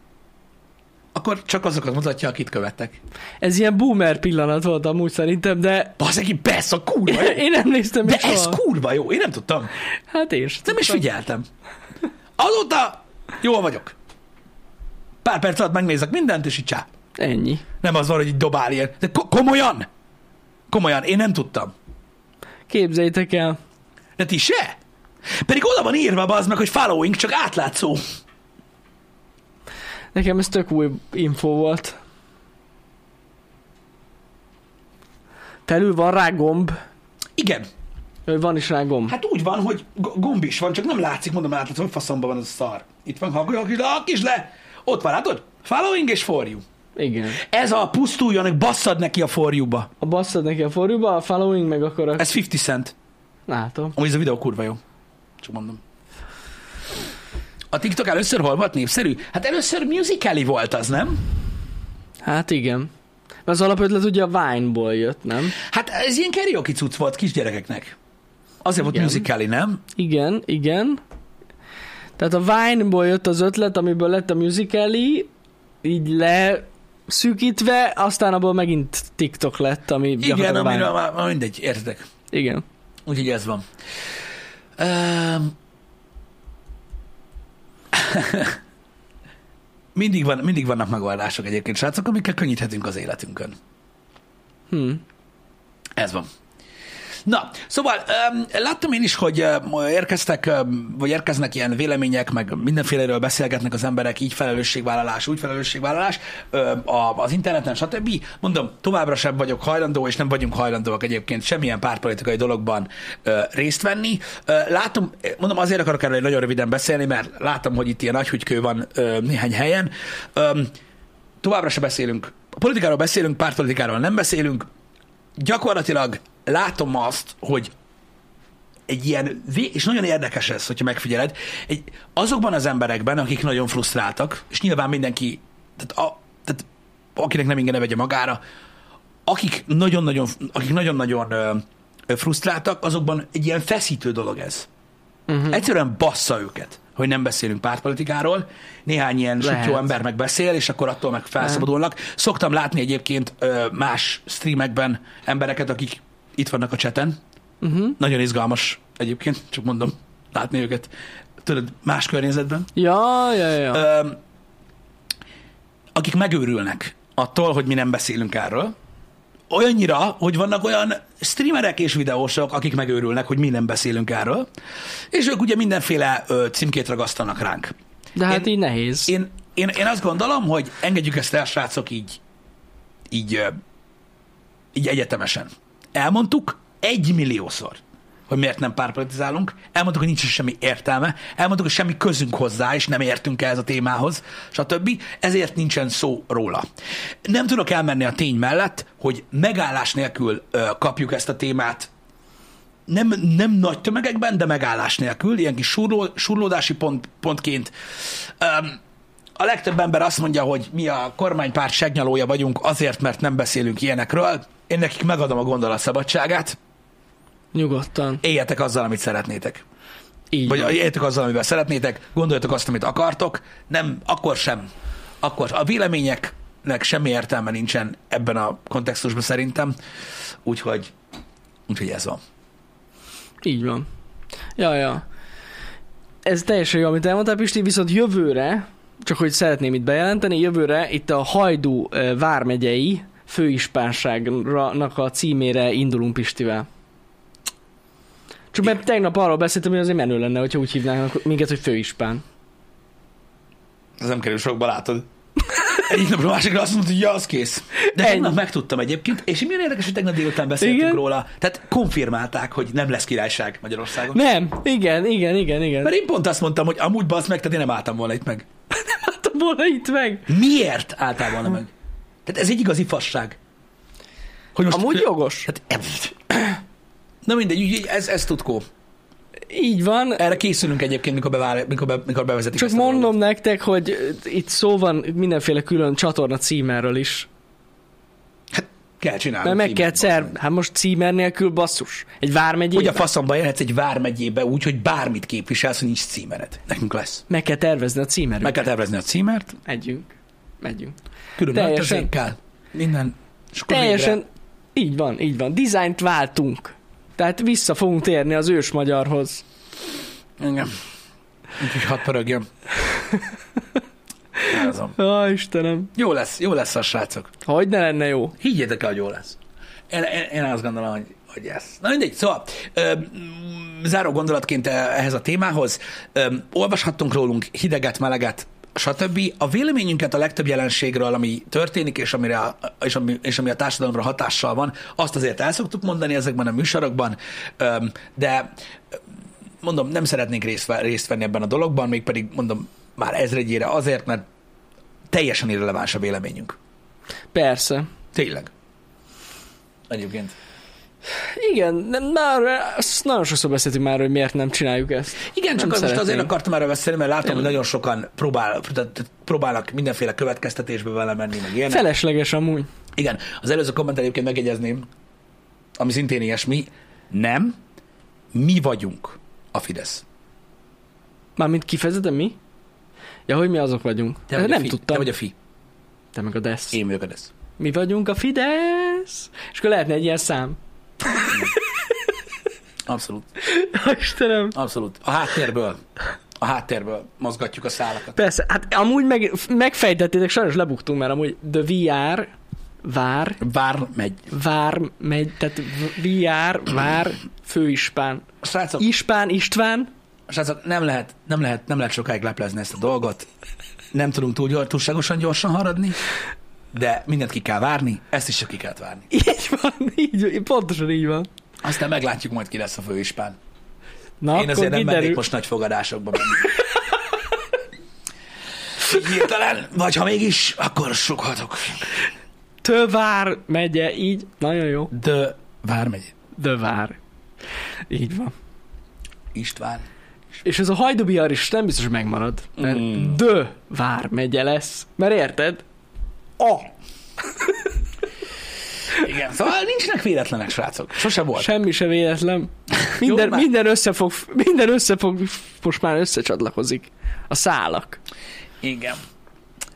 A: akkor csak azokat mutatja, akit követtek.
B: Ez ilyen boomer pillanat volt amúgy szerintem, de
A: Bazeg, így persze, a kurva jó.
B: *laughs* én emlékszem
A: De
B: is
A: ez
B: soha.
A: kurva jó, én nem tudtam.
B: Hát és.
A: Nem is figyeltem. Azóta jól vagyok. Pár perc alatt megnézek mindent, és így csá.
B: Ennyi.
A: Nem az van, hogy így dobál ilyen. De ko- komolyan! Komolyan, én nem tudtam.
B: Képzeljétek el.
A: De ti se? Pedig oda van írva az meg, hogy following, csak átlátszó.
B: Nekem ez tök új info volt. Telül van rá gomb.
A: Igen.
B: Ö, Van is rá gomb.
A: Hát úgy van, hogy go- gomb is van, csak nem látszik, mondom átlátszó, hogy faszomba van az a szar. Itt van, ha kis le, a kis le. Ott van, látod? Following és for you.
B: Igen.
A: Ez a pusztuljon, basszad neki a for you-ba.
B: A basszad neki a forjúba, a following meg akkor a...
A: Ez 50 cent.
B: Látom.
A: Amúgy ez a videó kurva jó. Csak mondom. A TikTok először hol volt népszerű? Hát először musicali volt az, nem?
B: Hát igen. Mert az alapötlet ugye a Vine-ból jött, nem?
A: Hát ez ilyen karaoke cucc volt kisgyerekeknek. Azért volt
B: Igen.
A: musicali, nem?
B: Igen, igen. Tehát a Vine-ból jött az ötlet, amiből lett a Musical.ly, így le szűkítve, aztán abból megint TikTok lett, ami
A: Igen,
B: gyakorlatilag a Vine.
A: amiről már, már mindegy, értetek.
B: Igen.
A: Úgyhogy ez van. Um, *laughs* mindig, van, mindig vannak megoldások egyébként, srácok, amikkel könnyíthetünk az életünkön.
B: Hm.
A: Ez van. Na, szóval um, láttam én is, hogy um, érkeztek, um, vagy érkeznek ilyen vélemények, meg mindenféleről beszélgetnek az emberek, így felelősségvállalás, úgy felelősségvállalás um, a, az interneten, stb. Mondom, továbbra sem vagyok hajlandó, és nem vagyunk hajlandóak egyébként semmilyen pártpolitikai dologban uh, részt venni. Uh, látom, mondom, azért akarok erről nagyon röviden beszélni, mert látom, hogy itt ilyen nagy húgykő van uh, néhány helyen. Um, továbbra sem beszélünk. A politikáról beszélünk, pártpolitikáról nem beszélünk. Gyakorlatilag látom azt, hogy egy ilyen, vé- és nagyon érdekes ez, hogyha megfigyeled, egy, azokban az emberekben, akik nagyon frusztráltak, és nyilván mindenki, tehát, a, tehát akinek nem ingene vegye magára, akik nagyon-nagyon, akik nagyon-nagyon ö, ö, frusztráltak, azokban egy ilyen feszítő dolog ez. Uh-huh. Egyszerűen bassza őket, hogy nem beszélünk pártpolitikáról. Néhány ilyen
B: Lehet.
A: sütyó ember meg beszél, és akkor attól meg felszabadulnak. Szoktam látni egyébként ö, más streamekben embereket, akik itt vannak a cseten. Uh-huh. Nagyon izgalmas egyébként, csak mondom, látni őket. Tudod, más környezetben.
B: Ja, ja, ja.
A: Ö, akik megőrülnek attól, hogy mi nem beszélünk erről. Olyannyira, hogy vannak olyan streamerek és videósok, akik megőrülnek, hogy mi nem beszélünk erről, és ők ugye mindenféle ö, címkét ragasztanak ránk.
B: De hát
A: én-
B: így nehéz.
A: Én, én, én azt gondolom, hogy engedjük ezt el, srácok, így, így, ö, így egyetemesen. Elmondtuk egy milliószor, hogy miért nem párpolitizálunk. Elmondtuk, hogy nincs is semmi értelme. Elmondtuk, hogy semmi közünk hozzá, és nem értünk ehhez a témához, stb. Ezért nincsen szó róla. Nem tudok elmenni a tény mellett, hogy megállás nélkül ö, kapjuk ezt a témát nem, nem nagy tömegekben, de megállás nélkül, ilyen kis surló, surlódási pont, pontként. Öm, a legtöbb ember azt mondja, hogy mi a kormánypárt segnyalója vagyunk azért, mert nem beszélünk ilyenekről. Én nekik megadom a gondolat szabadságát.
B: Nyugodtan.
A: Éljetek azzal, amit szeretnétek.
B: Így
A: Vagy
B: van.
A: éljetek azzal, amivel szeretnétek. Gondoljatok azt, amit akartok. Nem, akkor sem. Akkor a véleményeknek semmi értelme nincsen ebben a kontextusban szerintem. Úgyhogy, úgyhogy ez van.
B: Így van. Ja, ja. Ez teljesen jó, amit elmondtál, Pisti, viszont jövőre, csak hogy szeretném itt bejelenteni, jövőre itt a Hajdú eh, vármegyei főispánságnak a címére indulunk Pistivel. Csak mert tegnap arról beszéltem, hogy azért menő lenne, hogyha úgy hívnának minket, hogy főispán.
A: Ez nem kerül sokba, látod. Egyik napra a másikra azt mondta, hogy ja, az kész. De
B: Ennyi.
A: tegnap megtudtam egyébként, és milyen érdekes, hogy tegnap délután beszéltünk
B: Igen.
A: róla. Tehát konfirmálták, hogy nem lesz királyság Magyarországon. Ne.
B: Nem, igen, igen, igen, igen.
A: Mert én pont azt mondtam, hogy amúgy basz meg, tehát én nem álltam volna itt meg.
B: Láttam volna itt meg.
A: Miért álltál volna meg? Tehát ez egy igazi fasság. Hogy
B: Amúgy jogos.
A: Hát, *clears throat* em- Na mindegy, úgy- ez, ez tudkó.
B: Így van,
A: Erre készülünk egyébként, mikor, bevál, mikor, be, mikor bevezetik
B: Csak
A: ezt a dolgot.
B: mondom nektek, hogy ö, itt szó van mindenféle külön csatorna címerről is.
A: Kell csinálni.
B: Mert meg
A: így,
B: kell
A: basz
B: szer... Hát most címer nélkül basszus. Egy vármegyében.
A: Hogy a faszomba élhetsz egy vármegyébe úgy, hogy bármit képviselsz, hogy nincs címered. Nekünk lesz.
B: Meg kell tervezni a címerről.
A: Meg
B: Meg...
A: kell tervezni a címert,
B: Megyünk. Megyünk.
A: külön
B: Teljesen.
A: öltözékkel, minden. És akkor
B: Teljesen...
A: végre-
B: Így van, így van. Dizájnt váltunk. Tehát vissza fogunk térni az ős magyarhoz.
A: Igen. Úgyhogy hadd
B: *laughs*
A: pörögjön. Igazam.
B: Á, Istenem.
A: jó lesz, jó lesz a srácok.
B: Hogy ne lenne jó?
A: Higgyétek el, hogy jó lesz. Én, én, én azt gondolom, hogy, hogy ez. Na mindegy, szóval ö, mm, záró gondolatként eh- ehhez a témához. Ö, olvashattunk rólunk hideget, meleget, stb. A véleményünket a legtöbb jelenségről, ami történik, és, amire a, és, ami, és ami a társadalomra hatással van, azt azért el szoktuk mondani ezekben a műsorokban, ö, de ö, mondom, nem szeretnénk részt, ve- részt venni ebben a dologban, mégpedig mondom már ezregyére azért, mert teljesen irreleváns a véleményünk.
B: Persze.
A: Tényleg. Egyébként.
B: Igen, nem, már, azt nagyon sokszor beszéltünk már, hogy miért nem csináljuk ezt.
A: Igen, csak
B: Nem
A: az most azért
B: szeretnénk.
A: akartam erre beszélni, mert látom, hogy nagyon sokan próbál, tehát- tehát próbálnak mindenféle következtetésbe vele menni, meg ilyenek.
B: Felesleges amúgy.
A: Igen, az előző komment egyébként megjegyezném, ami szintén ilyesmi. Nem, mi vagyunk a Fidesz.
B: Mármint kifejezetten mi? Ja, hogy mi azok vagyunk.
A: Te
B: Eh,
A: vagy
B: nem
A: a fi,
B: tudtam.
A: Te vagy a fi.
B: Te meg a DESZ.
A: Én vagyok a Fidesz.
B: Mi vagyunk a Fidesz. És akkor lehetne egy ilyen szám.
A: Abszolút.
B: Istenem.
A: Abszolút. A háttérből. A háttérből mozgatjuk a szálakat.
B: Persze, hát amúgy meg, megfejtettétek, sajnos lebuktunk már amúgy The VR, vár,
A: Vár megy.
B: vár, megy, tehát v- VR, vár, főispán.
A: Srácok,
B: Ispán, István,
A: Srácok, nem lehet, nem lehet, nem lehet sokáig leplezni ezt a dolgot. Nem tudunk túl gyors, túlságosan gyorsan haradni, de mindent ki kell várni, ezt is csak ki kell várni.
B: így van, így, pontosan így van.
A: Aztán meglátjuk majd ki lesz a főispán.
B: Na,
A: Én
B: akkor
A: azért nem
B: kiderül.
A: mennék most nagy fogadásokba. menni. Hirtelen, vagy ha mégis, akkor sokhatok.
B: Tövár megye, így, nagyon jó.
A: De Vármegy.
B: The vár. Így van.
A: István.
B: És ez a hajdubiar is nem biztos, hogy megmarad. Mert
A: Mm.
B: mm. dö vármegye lesz. Mert érted? A.
A: Igen, szóval nincsenek véletlenek, srácok. Sose volt.
B: Semmi se véletlen. Minden,
A: Jó, már-
B: minden, össze fog, minden össze fog, most már összecsatlakozik. A szálak.
A: Igen.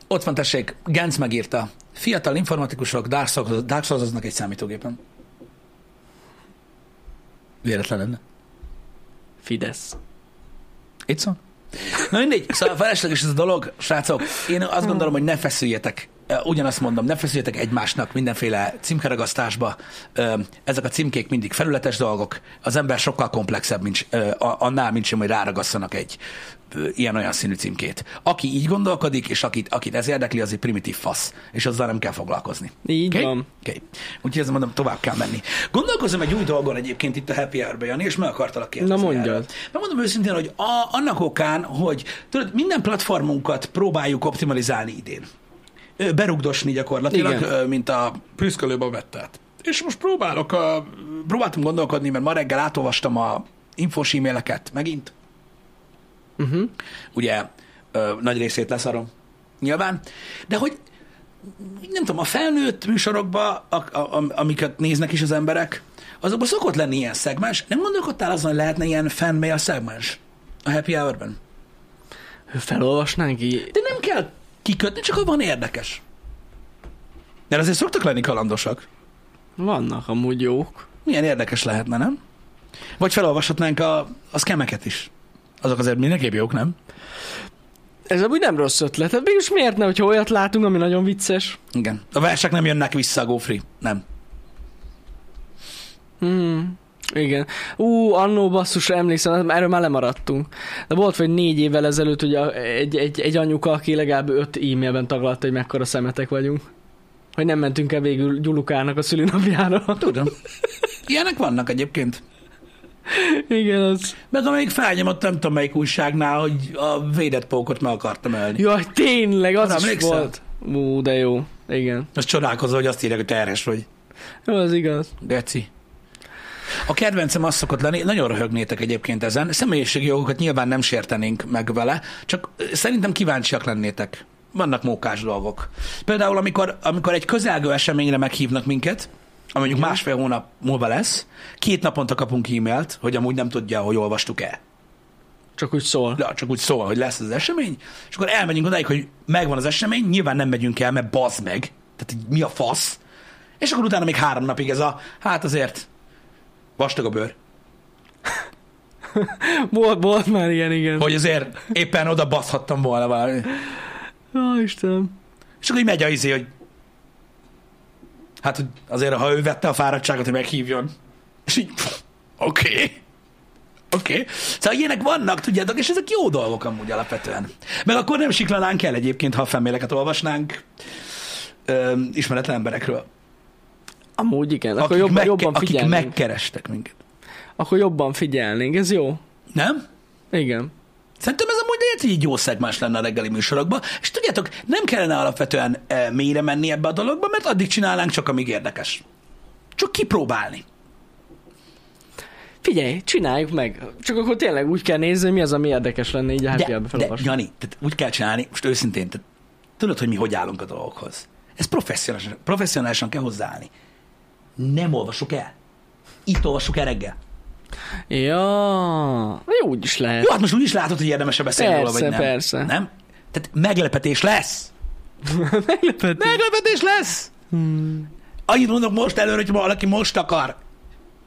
A: Ott van, tessék, Genc megírta. Fiatal informatikusok Dark Souls- Dark souls egy számítógépen. Véletlen lenne.
B: Fidesz.
A: Itt szó? Na mindegy, szóval felesleges ez a dolog, srácok. Én azt gondolom, hogy ne feszüljetek Ö, Ugyanazt mondom, ne feszüljetek egymásnak mindenféle címkeragasztásba. Ö, Ezek a címkék mindig felületes dolgok. Az ember sokkal komplexebb, mint, ö, a- annál, mint sem, hogy ráragasszanak egy ö, ilyen-olyan színű címkét. Aki így gondolkodik, és akit, akit ez érdekli, az egy primitív fasz, és azzal nem kell foglalkozni.
B: Így
A: Oké?
B: van.
A: Oké. Úgyhogy ezt mondom, tovább kell menni. Gondolkozom egy új dolgon egyébként itt a Happy Hour-ben, Jani, és meg akartalak kérdezni.
B: Na, mondjad.
A: erről. Na mondom őszintén, hogy a, annak okán, hogy tudod, minden platformunkat próbáljuk optimalizálni idén. Ö, Berugdosni gyakorlatilag,
B: Igen.
A: ö, mint a prüszkölőbe vettát. És most próbálok, a, próbáltam gondolkodni, mert ma reggel átolvastam a infos e-maileket megint.
B: Uh-huh.
A: Ugye ö, nagy részét leszarom, nyilván. De hogy nem tudom, a felnőtt műsorokban, a, a, am- amiket néznek is az emberek, azokban szokott lenni ilyen szegmens. Nem gondolkodtál azon, hogy lehetne ilyen fanmail szegmens a Happy Hour-ben?
B: Felolvasnánk így.
A: De nem kell kikötni, csak ha van érdekes. Mert azért szoktak lenni kalandosak.
B: Vannak amúgy jók.
A: Milyen érdekes lehetne, nem? Vagy felolvashatnánk a, a szkemeket is. Azok azért mindenképp jók, nem?
B: Ez amúgy nem rossz ötlet. Hát mégis miért ne, hogyha olyat látunk, ami nagyon vicces?
A: Igen. A versek nem jönnek vissza a Gófri. Nem.
B: Hmm. Igen. Ú, annó basszus, emlékszem, hát erről már lemaradtunk. De volt, hogy négy évvel ezelőtt ugye egy, egy, egy anyuka, aki legalább öt e-mailben taglalta, hogy mekkora szemetek vagyunk. Hogy nem mentünk el végül Gyulukának a szülinapjára.
A: Tudom. Ilyenek vannak egyébként.
B: Igen, az.
A: Meg amelyik felnyomott, nem tudom melyik újságnál, hogy a védett pókot meg akartam ölni.
B: Jaj, tényleg, az
A: Arra
B: is
A: emlékszel?
B: volt. Ú, de jó. Igen.
A: Most csodálkozol, hogy azt írják, hogy terhes vagy.
B: Jó, az igaz.
A: Geci. A kedvencem az szokott lenni, nagyon röhögnétek egyébként ezen, személyiségi jogokat nyilván nem sértenénk meg vele, csak ö, szerintem kíváncsiak lennétek. Vannak mókás dolgok. Például, amikor, amikor egy közelgő eseményre meghívnak minket, ami mondjuk másfél hónap múlva lesz, két naponta kapunk e-mailt, hogy amúgy nem tudja, hogy olvastuk-e.
B: Csak úgy szól.
A: de csak úgy szól, hogy lesz az esemény, és akkor elmegyünk odáig, hogy megvan az esemény, nyilván nem megyünk el, mert bazd meg, tehát így mi a fasz, és akkor utána még három napig ez a, hát azért vastag a bőr,
B: Volt, volt már ilyen, igen.
A: hogy azért éppen oda baszhattam volna valami.
B: Ó, Istenem.
A: És akkor így megy a izé, hogy hát hogy azért, ha ő vette a fáradtságot, hogy meghívjon. És így, pff, oké. Oké. Szóval ilyenek vannak, tudjátok, és ezek jó dolgok amúgy alapvetően. Meg akkor nem siklanánk el egyébként, ha a femméleket olvasnánk öm, ismeretlen emberekről.
B: Amúgy igen, akkor jobban,
A: megke-
B: jobban
A: akik
B: figyelnénk.
A: megkerestek minket.
B: Akkor jobban figyelnénk, ez jó.
A: Nem?
B: Igen.
A: Szerintem ez amúgy lehet, hogy így jó szegmás lenne a reggeli műsorokban, és tudjátok, nem kellene alapvetően e, mélyre menni ebbe a dologba, mert addig csinálnánk csak, amíg érdekes. Csak kipróbálni.
B: Figyelj, csináljuk meg. Csak akkor tényleg úgy kell nézni, mi az, ami érdekes lenne így a happy
A: De,
B: hour
A: de
B: felolvasni.
A: Jani, tehát úgy kell csinálni, most őszintén, tehát tudod, hogy mi hogy állunk a dolgokhoz. Ez professzionálisan, professzionálisan kell hozzáállni. Nem olvasok el. Itt olvasok el reggel.
B: Ja, jó, úgy is lehet.
A: Jó, hát most úgy is látod, hogy érdemes beszélni róla, vagy
B: Persze,
A: nem.
B: persze.
A: Nem? Tehát meglepetés lesz.
B: Meglepett.
A: Meglepetés lesz!
B: Hmm.
A: Annyit mondok most előre, hogy ma valaki most akar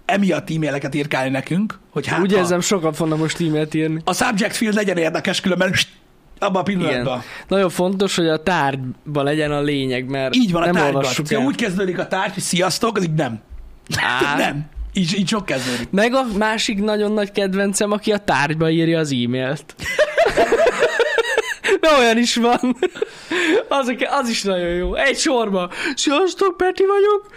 A: emiatt e-maileket írkálni nekünk, hogy hát
B: Úgy
A: ha
B: érzem, sokan fognak most e-mailt írni.
A: a subject field legyen érdekes, különben abban a pillanatban.
B: Igen. Nagyon fontos, hogy a tárgyba legyen a lényeg, mert
A: Így van
B: nem
A: a
B: olvassuk
A: tárgyban.
B: el.
A: Úgy kezdődik a tárgy, hogy sziasztok, az így nem.
B: Á.
A: *laughs* nem. Így, így sok kezdődik.
B: Meg a másik nagyon nagy kedvencem, aki a tárgyba írja az e-mailt. *laughs* De olyan is van. Az, az is nagyon jó. Egy sorba. Sziasztok, Peti vagyok.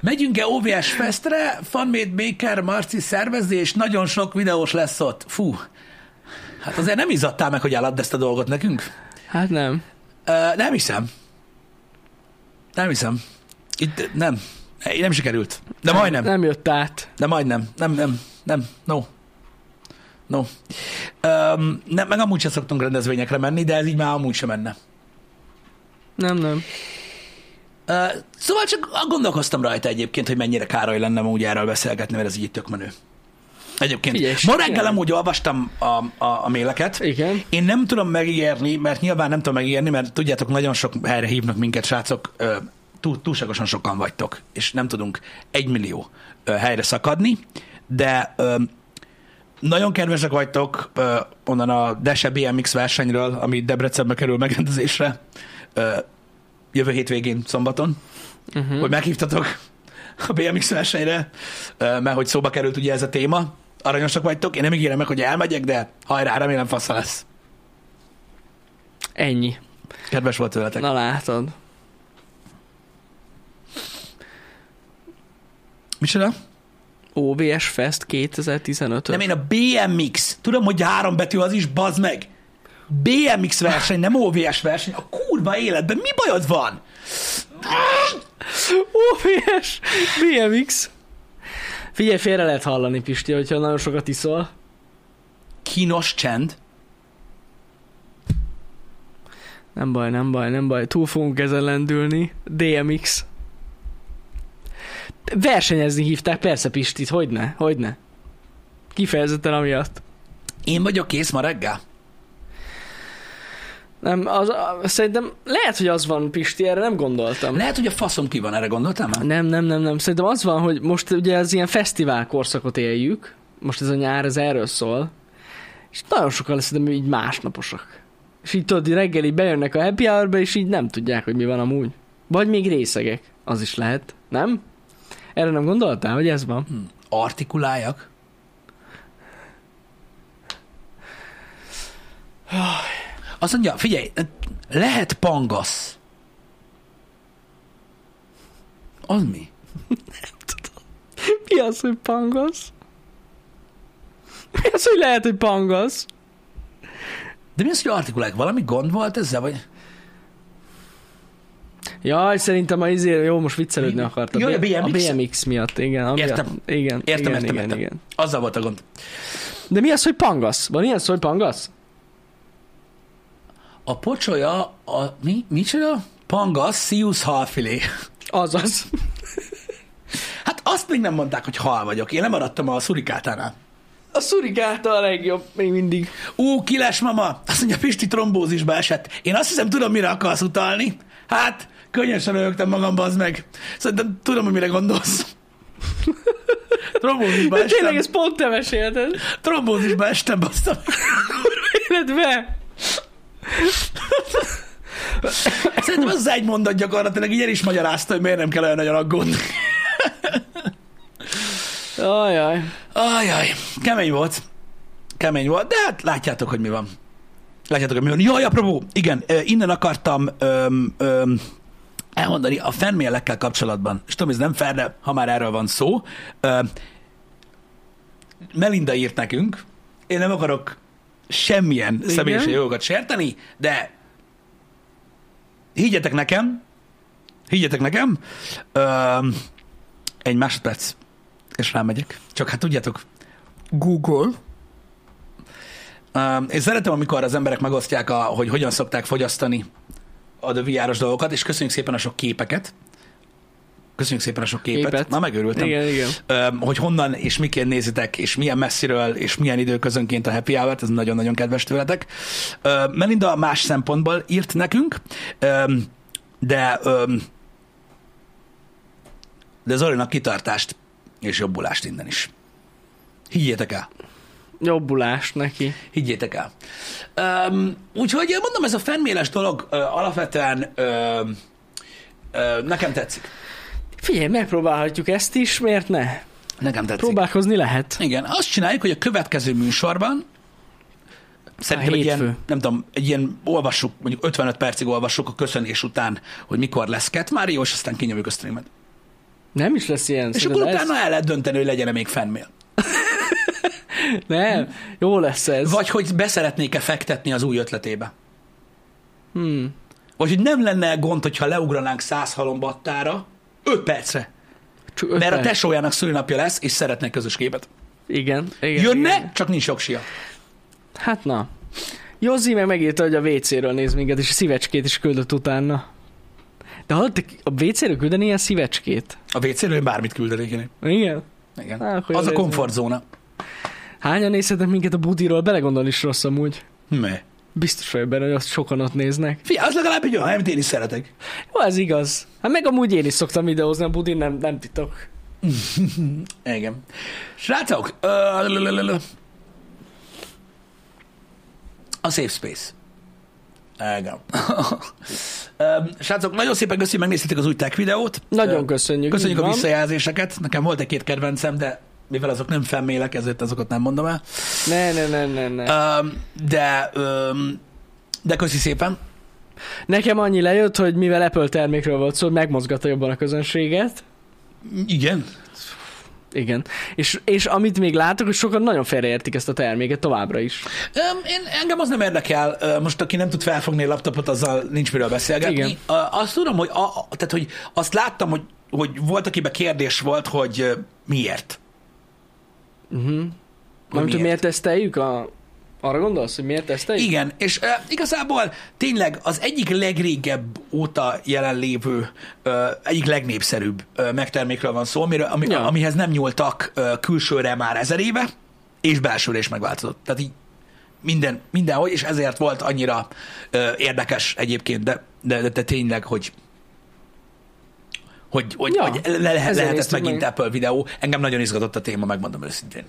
A: Megyünk-e OVS Festre? Fanmade Baker Marci szervezi, és nagyon sok videós lesz ott. Fú. Hát azért nem izadtál meg, hogy eladd ezt a dolgot nekünk?
B: Hát nem.
A: Ö, nem hiszem. Nem hiszem. Itt nem. Nem sikerült. De majdnem.
B: Nem jött át.
A: De majdnem. Nem, nem, nem. No. No. Öm, nem, meg amúgy sem szoktunk rendezvényekre menni, de ez így már amúgy sem menne.
B: Nem, nem.
A: Ö, szóval csak gondolkoztam rajta egyébként, hogy mennyire Károly lenne ma úgy erről beszélgetni, mert ez így tök menő. Egyébként.
B: Figyelj,
A: ma
B: simán.
A: reggel amúgy olvastam a, a, a méleket.
B: Igen.
A: Én nem tudom megígérni, mert nyilván nem tudom megígérni, mert tudjátok, nagyon sok helyre hívnak minket, srácok, ö, túl, túlságosan sokan vagytok, és nem tudunk egy millió ö, helyre szakadni, de ö, Nagyon kedvesek vagytok ö, onnan a Dese BMX versenyről, ami Debrecenbe kerül megrendezésre ö, jövő hétvégén, szombaton, uh-huh. hogy meghívtatok a BMX versenyre, ö, mert hogy szóba került ugye ez a téma. Aranyosak vagytok, én nem ígérem meg, hogy elmegyek, de hajrá, remélem fassa lesz.
B: Ennyi.
A: Kedves volt tőletek.
B: Na látod.
A: Micsoda?
B: OBS Fest 2015
A: Nem, én a BMX. Tudom, hogy három betű az is, bazd meg. BMX verseny, nem OVS verseny. A kurva életben mi bajod van?
B: OBS BMX. Figyelj, félre lehet hallani, Pisti, hogyha nagyon sokat iszol.
A: Kínos csend.
B: Nem baj, nem baj, nem baj. Túl fogunk ezen lendülni. DMX. Versenyezni hívták, persze Pistit, hogyne, hogyne. Kifejezetten amiatt.
A: Én vagyok kész ma reggel.
B: Nem, az, a, szerintem lehet, hogy az van, Pisti, erre nem gondoltam.
A: Lehet, hogy a faszom ki van, erre gondoltam már?
B: Nem, nem, nem, nem. Szerintem az van, hogy most ugye az ilyen fesztivál korszakot éljük, most ez a nyár, ez erről szól, és nagyon sokan szerintem így másnaposak. És így tudod, így reggel így bejönnek a happy hour és így nem tudják, hogy mi van amúgy. Vagy még részegek. Az is lehet, nem? Erre nem gondoltál, hogy ez
A: Hm.
B: van?
A: Artikuláljak? Azt mondja, figyelj, lehet pangasz. Az mi?
B: Mi az, hogy pangasz? Mi az, hogy lehet, hogy pangasz?
A: De mi az, hogy artikuláljak? Valami gond volt ezzel, vagy?
B: Jaj, szerintem a izé, jó, most viccelődni
A: Mi?
B: akartam.
A: Jaj, a BMX?
B: A BMX miatt, igen. Amiatt,
A: Értem.
B: Igen,
A: Értem,
B: igen,
A: értem,
B: igen,
A: értem.
B: igen.
A: Azzal volt a gond.
B: De mi az, hogy pangasz? Van ilyen szó, hogy pangasz?
A: A pocsolya, a... Mi? Micsoda? Pangasz, Sius halfilé.
B: Azaz.
A: Hát azt még nem mondták, hogy hal vagyok. Én lemaradtam a szurikátánál.
B: A szurikáta a legjobb, még mindig.
A: Ú, kiles mama! Azt mondja, Pisti trombózisba esett. Én azt hiszem, tudom, mire akarsz utalni. Hát, könnyesen rögtem magam, bazd meg. Szerintem tudom, hogy mire
B: *laughs*
A: gondolsz. Trombózisba
B: De Hát
A: estem.
B: tényleg ez pont te mesélted.
A: Trombózisba estem, basztam.
B: Életbe!
A: Szerintem ez az egy mondat gyakorlatilag így el is magyarázta, hogy miért nem kell olyan nagyon aggódni.
B: Ajaj.
A: Ajaj, kemény volt. Kemény volt, de hát látjátok, hogy mi van. Látjátok, hogy mi van. Jaj, apropó, igen, ö, innen akartam öm, öm, elmondani a fanmailekkel kapcsolatban. És tudom, ez nem fair, de ha már erről van szó. Ö, Melinda írt nekünk, én nem akarok semmilyen
B: Igen.
A: személyes jogokat sérteni, de higgyetek nekem, higgyetek nekem, öm, egy másodperc, és rámegyek. Csak hát tudjátok, Google. Um, én szeretem, amikor az emberek megosztják, a, hogy hogyan szokták fogyasztani a VR-os dolgokat, és köszönjük szépen a sok képeket. Köszönjük szépen a sok képet.
B: Képet.
A: Na, megőrültem.
B: Igen, igen.
A: Öm, hogy honnan és miként nézitek, és milyen messziről, és milyen időközönként a happy hour ez nagyon-nagyon kedves tőletek. Öm, Melinda más szempontból írt nekünk, öm, de öm, de Zolinak kitartást és jobbulást innen is. Higgyétek el.
B: Jobbulás neki.
A: Higgyétek el. Um, úgyhogy mondom, ez a fennméles dolog ö, alapvetően ö, ö, nekem tetszik.
B: Figyelj, megpróbálhatjuk ezt is, miért ne?
A: Nekem tetszik.
B: Próbálkozni lehet.
A: Igen, azt csináljuk, hogy a következő műsorban szerintem egy
B: hétfő.
A: ilyen, nem tudom, egy ilyen olvassuk, mondjuk 55 percig olvassuk a köszönés után, hogy mikor lesz Ketmárió, és aztán kinyomjuk a streamet.
B: Nem is lesz ilyen.
A: És
B: szerintem
A: akkor
B: ez-
A: utána el lehet dönteni, hogy legyen még fennmél.
B: Nem, jó lesz ez.
A: Vagy hogy beszeretnék-e fektetni az új ötletébe.
B: Hmm.
A: Vagy hogy nem lenne gond, hogyha leugranánk száz halombattára 5 percre.
B: Csak öt
A: Mert a
B: perc.
A: tesójának szülinapja lesz, és szeretne közös képet.
B: Igen, igen.
A: Jönne,
B: Igen.
A: csak nincs jogsia.
B: Hát na. Jozzi meg megírta, hogy a WC-ről néz minket, és szívecskét is küldött utána. De hallottak a WC-ről küldeni ilyen szívecskét?
A: A WC-ről én bármit küldenék én.
B: Igen.
A: Igen.
B: Á, Hát, akkor
A: Az a
B: jól
A: komfortzóna.
B: Hányan nézhetnek minket a budiról? Belegondolni is rossz amúgy.
A: Mi?
B: Biztos vagyok benne, hogy azt sokan ott néznek.
A: Figyelj, az legalább egy olyan, amit én is szeretek.
B: Jó, ez igaz. Hát meg amúgy én is szoktam videózni, a budin nem, nem titok.
A: Igen. Srácok, ö, lölölölö. A Safe Space. *laughs* Igen. Öm, Srácok, nagyon szépen köszönjük, megnéztétek az új tech videót.
B: Nagyon
A: Öm,
B: köszönjük,
A: Köszönjük
B: így
A: a
B: van.
A: visszajelzéseket. Nekem volt egy-két kedvencem, de mivel azok nem fennmélek, ezért azokat nem mondom el.
B: Ne, ne, ne, ne, ne.
A: Öm, De, öm, de köszi szépen.
B: Nekem annyi lejött, hogy mivel Apple termékről volt szó, megmozgatta jobban a közönséget.
A: Igen.
B: Igen. És, és amit még látok, hogy sokan nagyon félreértik ezt a terméket továbbra is.
A: Öm, Én, engem az nem érdekel, Ö, most aki nem tud felfogni a laptopot, azzal nincs miről beszélgetni.
B: Igen.
A: Ö, Azt tudom, hogy, a, a- tehát, hogy azt láttam, hogy, hogy volt, akiben kérdés volt, hogy ö, miért.
B: Mhm. Nem
A: miért?
B: tudom, miért teszteljük a... Arra gondolsz, hogy miért teszteljük?
A: Igen, és uh, igazából tényleg az egyik legrégebb óta jelenlévő, uh, egyik legnépszerűbb uh, megtermékről van szó, amiről, ami,
B: Ja.
A: amihez nem nyúltak uh, külsőre már ezer éve, és belsőre is megváltozott. Tehát így minden, mindenhogy, és ezért volt annyira uh, érdekes egyébként, de, de, de, de tényleg, hogy hogy, hogy,
B: Ja,
A: hogy le, lehet,
B: ezért
A: lehetett
B: néztük
A: megint
B: meg.
A: Apple videó. Engem nagyon izgatott a téma, megmondom őszintén.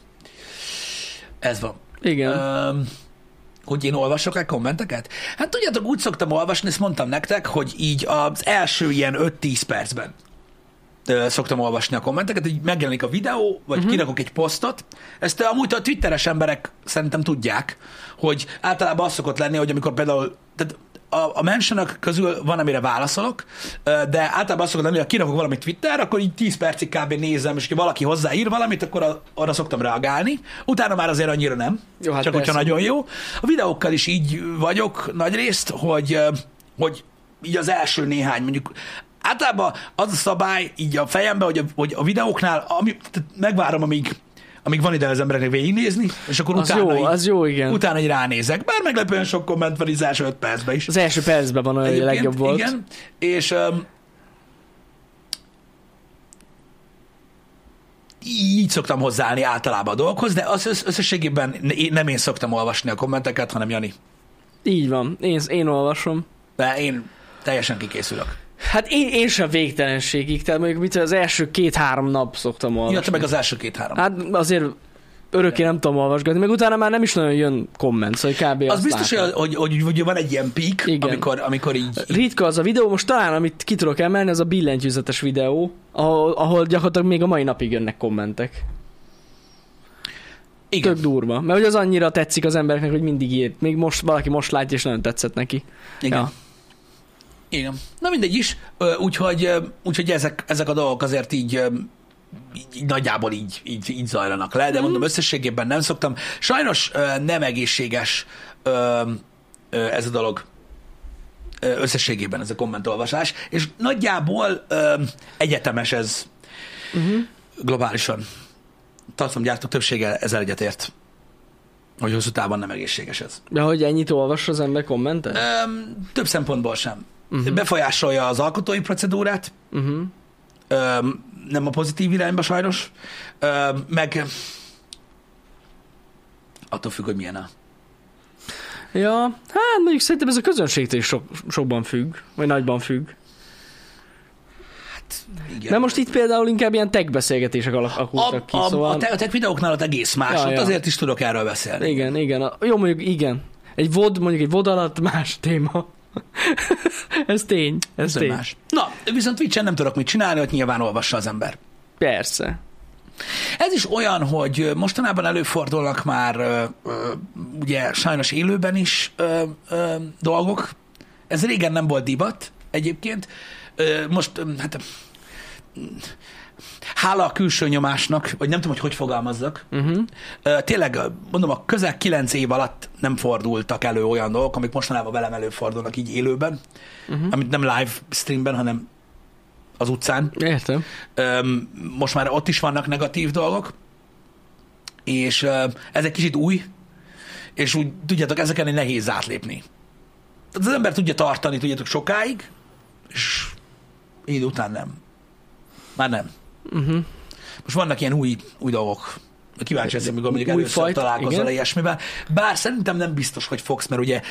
A: Ez van.
B: Igen.
A: Öm, hogy én olvasok el kommenteket? Hát tudjátok, úgy szoktam olvasni, ezt mondtam nektek, hogy így az első ilyen 5-10 percben ö, szoktam olvasni a kommenteket, így megjelenik a videó, vagy
B: Mhm.
A: uh-huh. kirakok egy posztot. Ezt ö, amúgy a twitteres emberek szerintem tudják, hogy általában az szokott lenni, hogy amikor például, tehát a, a mentionok közül van, amire válaszolok, ö, de általában az szokott lenni, hogy ha kirakok valamit Twitter, akkor így 10 percig kb. nézem, és ha valaki hozzáír valamit, akkor a, arra szoktam reagálni. Utána már azért annyira nem,
B: Jó, hát
A: csak
B: persze.
A: hogyha nagyon jó. A videókkal is így vagyok nagy részt, hogy, ö, hogy így az első néhány, mondjuk általában az a szabály így a fejemben, hogy a, hogy a videóknál ami, tehát megvárom, amíg, amíg van ide az embereknek végignézni, és akkor
B: Az
A: utána,
B: jó,
A: így,
B: az jó, igen.
A: utána így ránézek. Bár meglepően sok komment van az első öt percben is.
B: Az első percben van olyan, hogy a legjobb volt.
A: Igen, és um, így szoktam hozzáállni általában a dolgokhoz, de az össz- összességében ne- én- nem én szoktam olvasni a kommenteket, hanem Jani.
B: Így van. Én, én olvasom.
A: De én teljesen kikészülök.
B: Hát én, én sem végtelenségig, tehát mondjuk mit tudom, az első két-három nap szoktam
A: Ja,
B: olvasni.
A: te meg az első két-három.
B: Hát azért örökké nem tudom olvasgatni, meg utána már nem is nagyon jön komment, szóval kb.
A: az
B: azt
A: biztos,
B: látom.
A: hogy, hogy, hogy, hogy van egy ilyen pík,
B: Igen.
A: amikor, amikor így...
B: Ritka az a videó, most talán amit ki tudok emelni, az a billentyűzetes videó, ahol, ahol gyakorlatilag még a mai napig jönnek kommentek.
A: Igen.
B: Tök durva. Mert hogy az annyira tetszik az embereknek, hogy mindig írt. Még most valaki most látja, és nagyon tetszett neki.
A: Igen.
B: Ja.
A: Igen. Na mindegy is, Ö, úgyhogy, ö, úgyhogy ezek, ezek a dolgok azért így, ö, így, így nagyjából így, így, így zajlanak le, de mondom, összességében nem szoktam. Sajnos ö, nem egészséges ö, ö, ez a dolog Ö, összességében ez a kommentolvasás, és nagyjából ö, egyetemes ez uh-huh. globálisan. Tartalomgyártók többsége ezzel egyetért, hogy hosszú távon nem egészséges ez.
B: De hogy ennyit olvas az ember kommentet?
A: E- Öm, több szempontból sem.
B: Mhm.
A: Uh-huh. Befolyásolja az alkotói procedúrát,
B: Uh-huh.
A: öm, nem a pozitív irányba sajnos, öm, meg attól függ, hogy milyen a...
B: Ja, hát mondjuk szerintem ez a közönségtől is sok, sokban függ, vagy nagyban függ.
A: hát, Igen.
B: Na most itt például inkább ilyen tech beszélgetések alak-
A: a,
B: alakultak ki,
A: a,
B: szóval...
A: a, te- a tech videóknál ott egész más,
B: Ja,
A: ott
B: ja.
A: azért is tudok erről beszélni.
B: Igen, igen. A- Jó, mondjuk igen. Egy vod, mondjuk egy vod alatt más téma. *laughs* ez tény, ez
A: Ez
B: tény.
A: más. Na, viszont Twitch-en nem tudok mit csinálni, ott nyilván olvassa az ember.
B: Persze.
A: Ez is olyan, hogy mostanában előfordulnak már ö, ö, ugye sajnos élőben is ö, ö, dolgok. Ez régen nem volt divat egyébként. Ö, most, ö, hát ö, hála a külső nyomásnak, vagy nem tudom, hogy hogy fogalmazzak. Uh-huh. Ö, tényleg, ö, mondom, a közel kilenc év alatt nem fordultak elő olyan dolgok, amik mostanában velem előfordulnak így élőben, uh-huh. amit nem live streamben, hanem az utcán.
B: Értem.
A: Öm, most már ott is vannak negatív dolgok, és öm, ez egy kicsit új, és úgy, tudjátok, ezeken így nehéz átlépni. Tehát az ember tudja tartani, tudjátok, sokáig, és így után nem. Már nem.
B: Uh-huh.
A: Most vannak ilyen új, új dolgok. Kíváncsi leszek, amikor mondjuk
B: Új
A: először
B: fajt,
A: találkozol
B: igen.
A: ilyesmivel. Bár szerintem nem biztos, hogy fogsz, mert ugye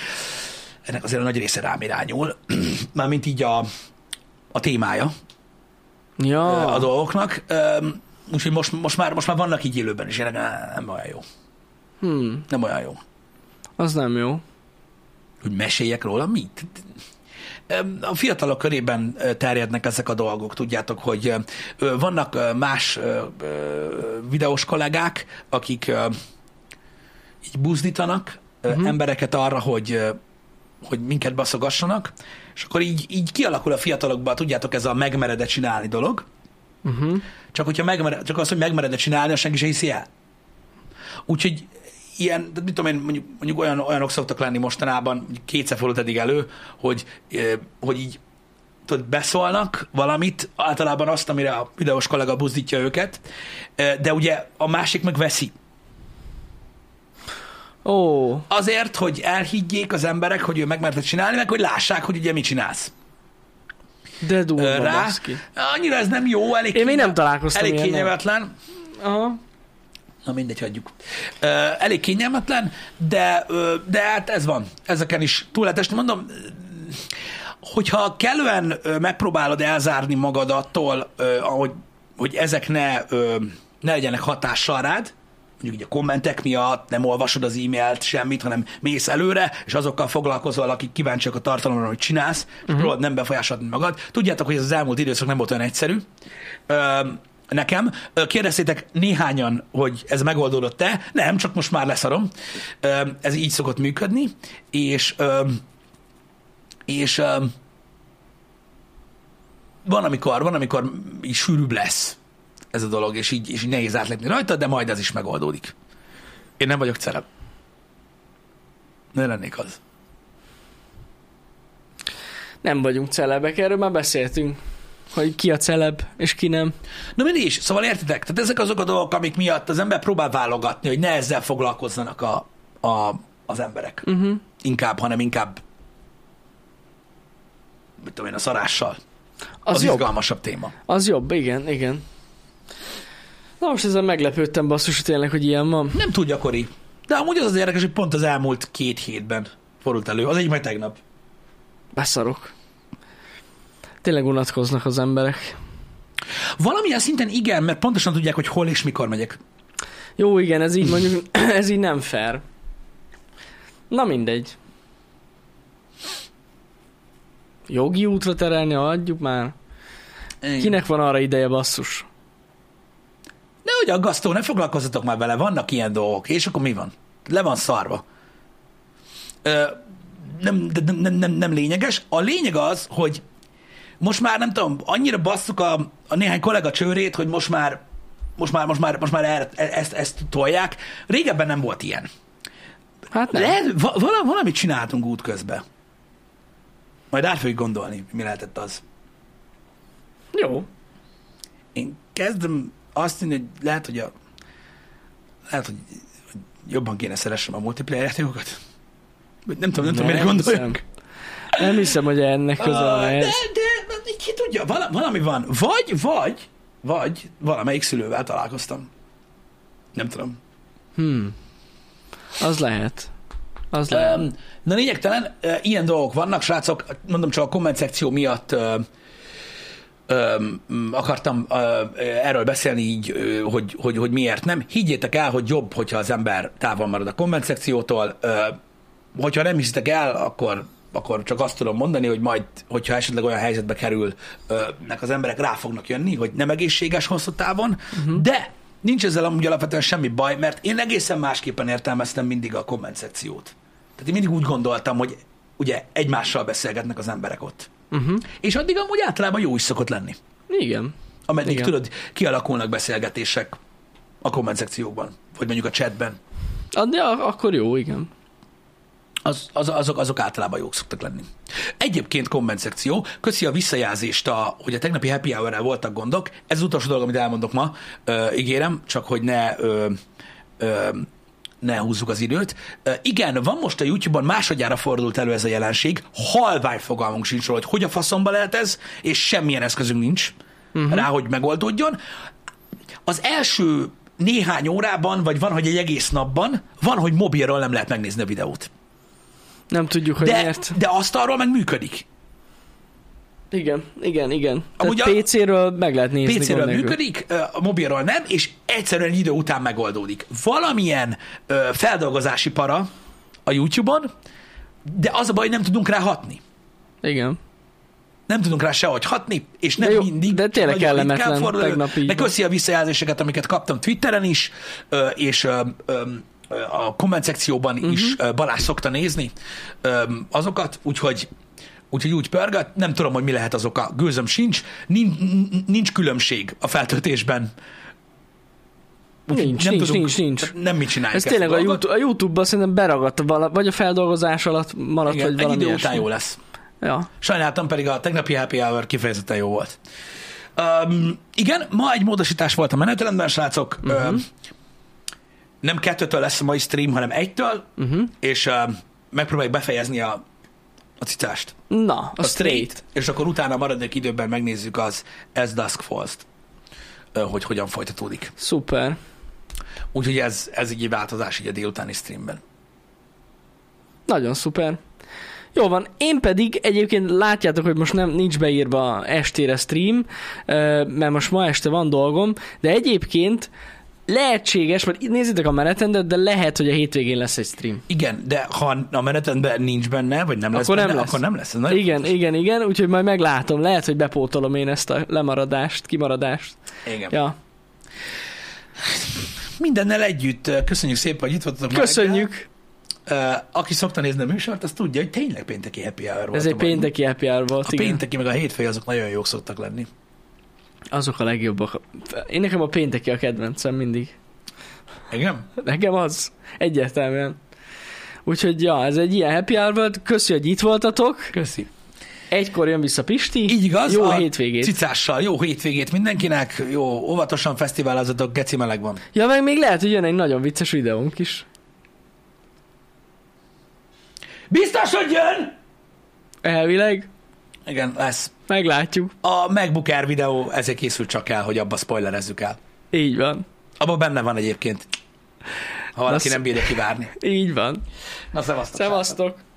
A: ennek azért a nagy része rám irányul. *clears throat* Mármint így a, a témája
B: Ja.
A: a dolgoknak. Öm, Úgyhogy most, most, már, most már vannak így élőben is, én nem, nem olyan jó.
B: Hmm,
A: Nem olyan jó.
B: az nem jó.
A: hogy meséljek róla mit. A fiatalok körében terjednek ezek a dolgok, tudjátok, hogy ö, vannak ö, más ö, ö, videós kollégák, akik ö, így buzdítanak uh-huh. embereket arra, hogy ö, hogy minket baszogassanak, és akkor így, így kialakul a fiatalokban, tudjátok, ez a megmered csinálni dolog, Mhm.
B: Uh-huh.
A: csak, hogyha megmered, csak az, hogy megmered csinálni, azt senki se hiszi el. Úgyhogy ilyen, tehát mit tudom én, mondjuk, mondjuk olyan, olyanok szoktak lenni mostanában, mondjuk kétszer fordult eddig elő, hogy, eh, hogy így tudod, beszólnak valamit, általában azt, amire a videós kollega buzdítja őket, eh, de ugye a másik meg veszi.
B: Ó,
A: Azért, hogy elhiggyék az emberek, hogy ő megmerte csinálni, meg hogy lássák, hogy ugye mit csinálsz.
B: de durva
A: Ö, Rá,
B: baszki.
A: annyira ez nem jó, elég,
B: Én még nem
A: kényel-
B: találkoztam
A: elég
B: ilyennel.
A: kényelmetlen.
B: Aha.
A: Na mindegy, hagyjuk. Ö, elég kényelmetlen, de, ö, de hát ez van. Ezeken is túl lehet esni. Mondom, ö, hogyha kellően ö, megpróbálod elzárni magad attól, ö, ahogy, hogy ezek ne, ö, ne legyenek hatással rád, mondjuk így a kommentek miatt, nem olvasod az e-mailt, semmit, hanem mész előre, és azokkal foglalkozol, akik kíváncsiak a tartalomra, hogy csinálsz, és uh-huh. próbálod nem befolyásolni magad. Tudjátok, hogy ez az elmúlt időszak nem volt olyan egyszerű. Ö, nekem. Ö, Kérdeztétek néhányan, hogy ez megoldódott-e. Nem, csak most már leszarom. Ö, Ez így szokott működni, és ö, és ö, van, amikor, van, amikor így sűrűbb lesz ez a dolog, és így, és így nehéz átlépni rajta, de majd ez is megoldódik. Én nem vagyok celeb. Ne lennék az.
B: Nem vagyunk celebek, erről már beszéltünk, hogy ki a celeb, és ki nem.
A: Na mindig is, szóval értitek? Tehát ezek azok a dolgok, amik miatt az ember próbál válogatni, hogy ne ezzel foglalkozzanak a, a, az emberek.
B: Mhm.
A: Uh-huh. Inkább, hanem inkább mit tudom én, a szarással. Az,
B: Az,
A: az
B: jobb.
A: izgalmasabb téma.
B: Az jobb, igen, igen. Na most ezen meglepődtem basszus, hogy tényleg, hogy ilyen van.
A: Nem túl gyakori. De amúgy az az érdekes, hogy pont az elmúlt két hétben fordult elő. Az egy majd tegnap.
B: Beszarok. Tényleg unatkoznak az emberek.
A: Valamilyen szinten igen, mert pontosan tudják, hogy hol és mikor megyek.
B: Jó, igen, ez így mondjuk, *clears throat* ez így nem fair. Na mindegy. Jogi útra terelni, adjuk már.
A: Igen.
B: Kinek van arra ideje, basszus?
A: Nehogy aggasztó, ne foglalkozzatok már vele, vannak ilyen dolgok, és akkor mi van? Le van szarva. Ö, nem, de nem, nem, nem, nem lényeges. A lényeg az, hogy most már nem tudom, annyira basszuk a, a néhány kollega csőrét, hogy most már most már, most már, most már erre, e- ezt, ezt tolják. Régebben nem volt ilyen.
B: Hát nem.
A: Lehet, va- vala- valamit csináltunk útközben. Majd át fogjuk gondolni, mi lehetett az.
B: Jó.
A: Én kezdem azt hinni, hogy lehet, hogy a, lehet, hogy hogy jobban kéne szeressem a multiplayer játékokat. Vagy nem tudom, nem tudom, mire
B: Nem hiszem.
A: gondoljak.
B: Nem hiszem, hogy ennek közel
A: Ah,
B: van
A: de,
B: ez.
A: de, de, ki tudja, vala, valami van. Vagy, vagy, vagy valamelyik szülővel találkoztam. Nem tudom.
B: Hmm. Az lehet. Az lehet.
A: Um, na lényegtelen, uh, ilyen dolgok vannak, srácok, mondom csak a komment szekció miatt uh, um, akartam uh, erről beszélni így, uh, hogy, hogy, hogy miért nem. Higgyétek el, hogy jobb, hogyha az ember távol marad a komment szekciótól. Uh, hogyha nem hiszitek el, akkor akkor csak azt tudom mondani, hogy majd, hogyha esetleg olyan helyzetbe kerül, uh, nek az emberek rá fognak jönni, hogy nem egészséges hosszú távon, uh-huh. de nincs ezzel amúgy alapvetően semmi baj, mert én egészen másképpen értelmeztem mindig a komment szekciót. Tehát én mindig úgy gondoltam, hogy ugye egymással beszélgetnek az emberek ott.
B: Uh-huh.
A: És addig amúgy általában jó is szokott lenni.
B: Igen.
A: Ameddig Igen.
B: Igen.
A: tudod, kialakulnak beszélgetések a komment szekciókban, vagy mondjuk a chatben.
B: Ah, De a- akkor jó, igen.
A: Az, az, azok, azok általában jók szoktak lenni. Egyébként komment szekció, köszi a visszajelzést, a, hogy a tegnapi happy hour voltak gondok. Ez az utolsó dolog, amit elmondok ma, ö, ígérem, csak hogy ne, ö, ö, ne húzzuk az időt. Ö, igen, van most a YouTube-on másodjára fordult elő ez a jelenség, halvány fogalmunk sincs róla, hogy hogy a faszomba lehet ez, és semmilyen eszközünk nincs uh-huh. rá, hogy megoldódjon az első néhány órában, vagy van, hogy egy egész napban, van, hogy mobilról nem lehet megnézni a videót.
B: Nem tudjuk, hogy
A: De,
B: miért.
A: de azt arról meg működik.
B: Igen, igen, igen.
A: Amúgy
B: Amúgy
A: a-
B: a... PC-ről meg lehet nézni.
A: PC-ről
B: gond nélkül.
A: működik, ö, a mobilról nem, és egyszerűen egy idő után megoldódik. Valamilyen ö, feldolgozási para a YouTube-on, de az a baj, nem tudunk rá hatni.
B: Igen.
A: Nem tudunk rá sehogy hatni, és nem
B: De jó,
A: mindig.
B: de tényleg
A: nagyon ritkán
B: kellemetlen
A: fordul elő.
B: tegnap így
A: De
B: volt.
A: köszi a visszajelzéseket, amiket kaptam Twitteren is, ö, és ö, ö, ö, a komment szekcióban
B: Mhm.
A: uh-huh. is ö, Balázs szokta nézni ö, azokat, úgyhogy Úgyhogy úgy pörgött, nem tudom, hogy mi lehet az oka. Gőzöm sincs, nincs, nincs különbség a feltöltésben. Úgyhogy
B: Nincs, nincs, nincs, nincs.
A: tehát Nem mit csináljuk.
B: Ez
A: ezt a
B: tényleg a,
A: dolgot.
B: YouTube, a YouTube-ban szerintem beragadt, vala, vagy a feldolgozás alatt maradt,
A: Igen,
B: vagy
A: egy
B: valami
A: idő
B: ilyesmi.
A: után jó lesz.
B: Ja.
A: Sajnáltam pedig a tegnapi happy hour kifejezetten jó volt. Um, igen, ma egy módosítás volt a menetrendben, srácok.
B: Mhm.
A: Uh-huh. Um, nem kettőtől lesz a mai stream, hanem egytől,
B: Mhm.
A: uh-huh. és um, megpróbáljuk befejezni a, a cicást.
B: Na, a
A: A
B: straight.
A: És akkor utána a maradék időben megnézzük az As Dusk Falls-t, ö, hogy hogyan folytatódik.
B: Szuper.
A: Úgyhogy ez, ez így egy változás így a délutáni streamben.
B: Nagyon szuper. Jó van, én pedig egyébként látjátok, hogy most nem nincs beírva estére stream, ö, mert most ma este van dolgom, de egyébként lehetséges, mert nézzétek a menetrendet, de lehet, hogy a hétvégén lesz egy stream.
A: Igen, de ha a menetrendben nincs benne, vagy nem lesz
B: Akkor nem
A: benne,
B: lesz.
A: akkor nem lesz. Ez
B: Nagyon
A: nagyon
B: igen,
A: fontos.
B: igen, igen, úgyhogy majd meglátom, lehet, hogy bepótolom én ezt a lemaradást, kimaradást.
A: igen.
B: Ja,
A: Mindennel együtt ö, köszönjük szépen, hogy itt voltatok. ma
B: köszönjük,
A: reggel. Ö, Aki szokta nézni a műsort, az tudja, hogy tényleg pénteki happy hour volt.
B: ez
A: a
B: egy
A: mai.
B: pénteki happy hour volt,
A: A
B: igen.
A: pénteki meg a hétfői azok nagyon jók szoktak lenni.
B: Azok a legjobbak. Én nekem a pénteki a kedvencem mindig.
A: Igen?
B: Nekem az. Egyértelműen. Úgyhogy ja, ez egy ilyen happy hour volt. Köszi, hogy itt voltatok.
A: Köszi.
B: Egykor jön vissza Pisti.
A: Így igaz.
B: Jó
A: a
B: hétvégét.
A: Cicással jó hétvégét mindenkinek. Jó, óvatosan fesztiválozatok, geci meleg van.
B: Ja, meg még lehet, hogy jön egy nagyon vicces videónk is.
A: Biztos, hogy jön!
B: Elvileg.
A: Igen, lesz.
B: Meglátjuk.
A: A MacBook Air videó ezért készült csak el, hogy abba spoilerezzük el.
B: Így van.
A: Abban benne van egyébként. Ha valaki
B: sz-
A: nem bírja kivárni.
B: Így van.
A: Na, szevasztok.
B: Szevasztok.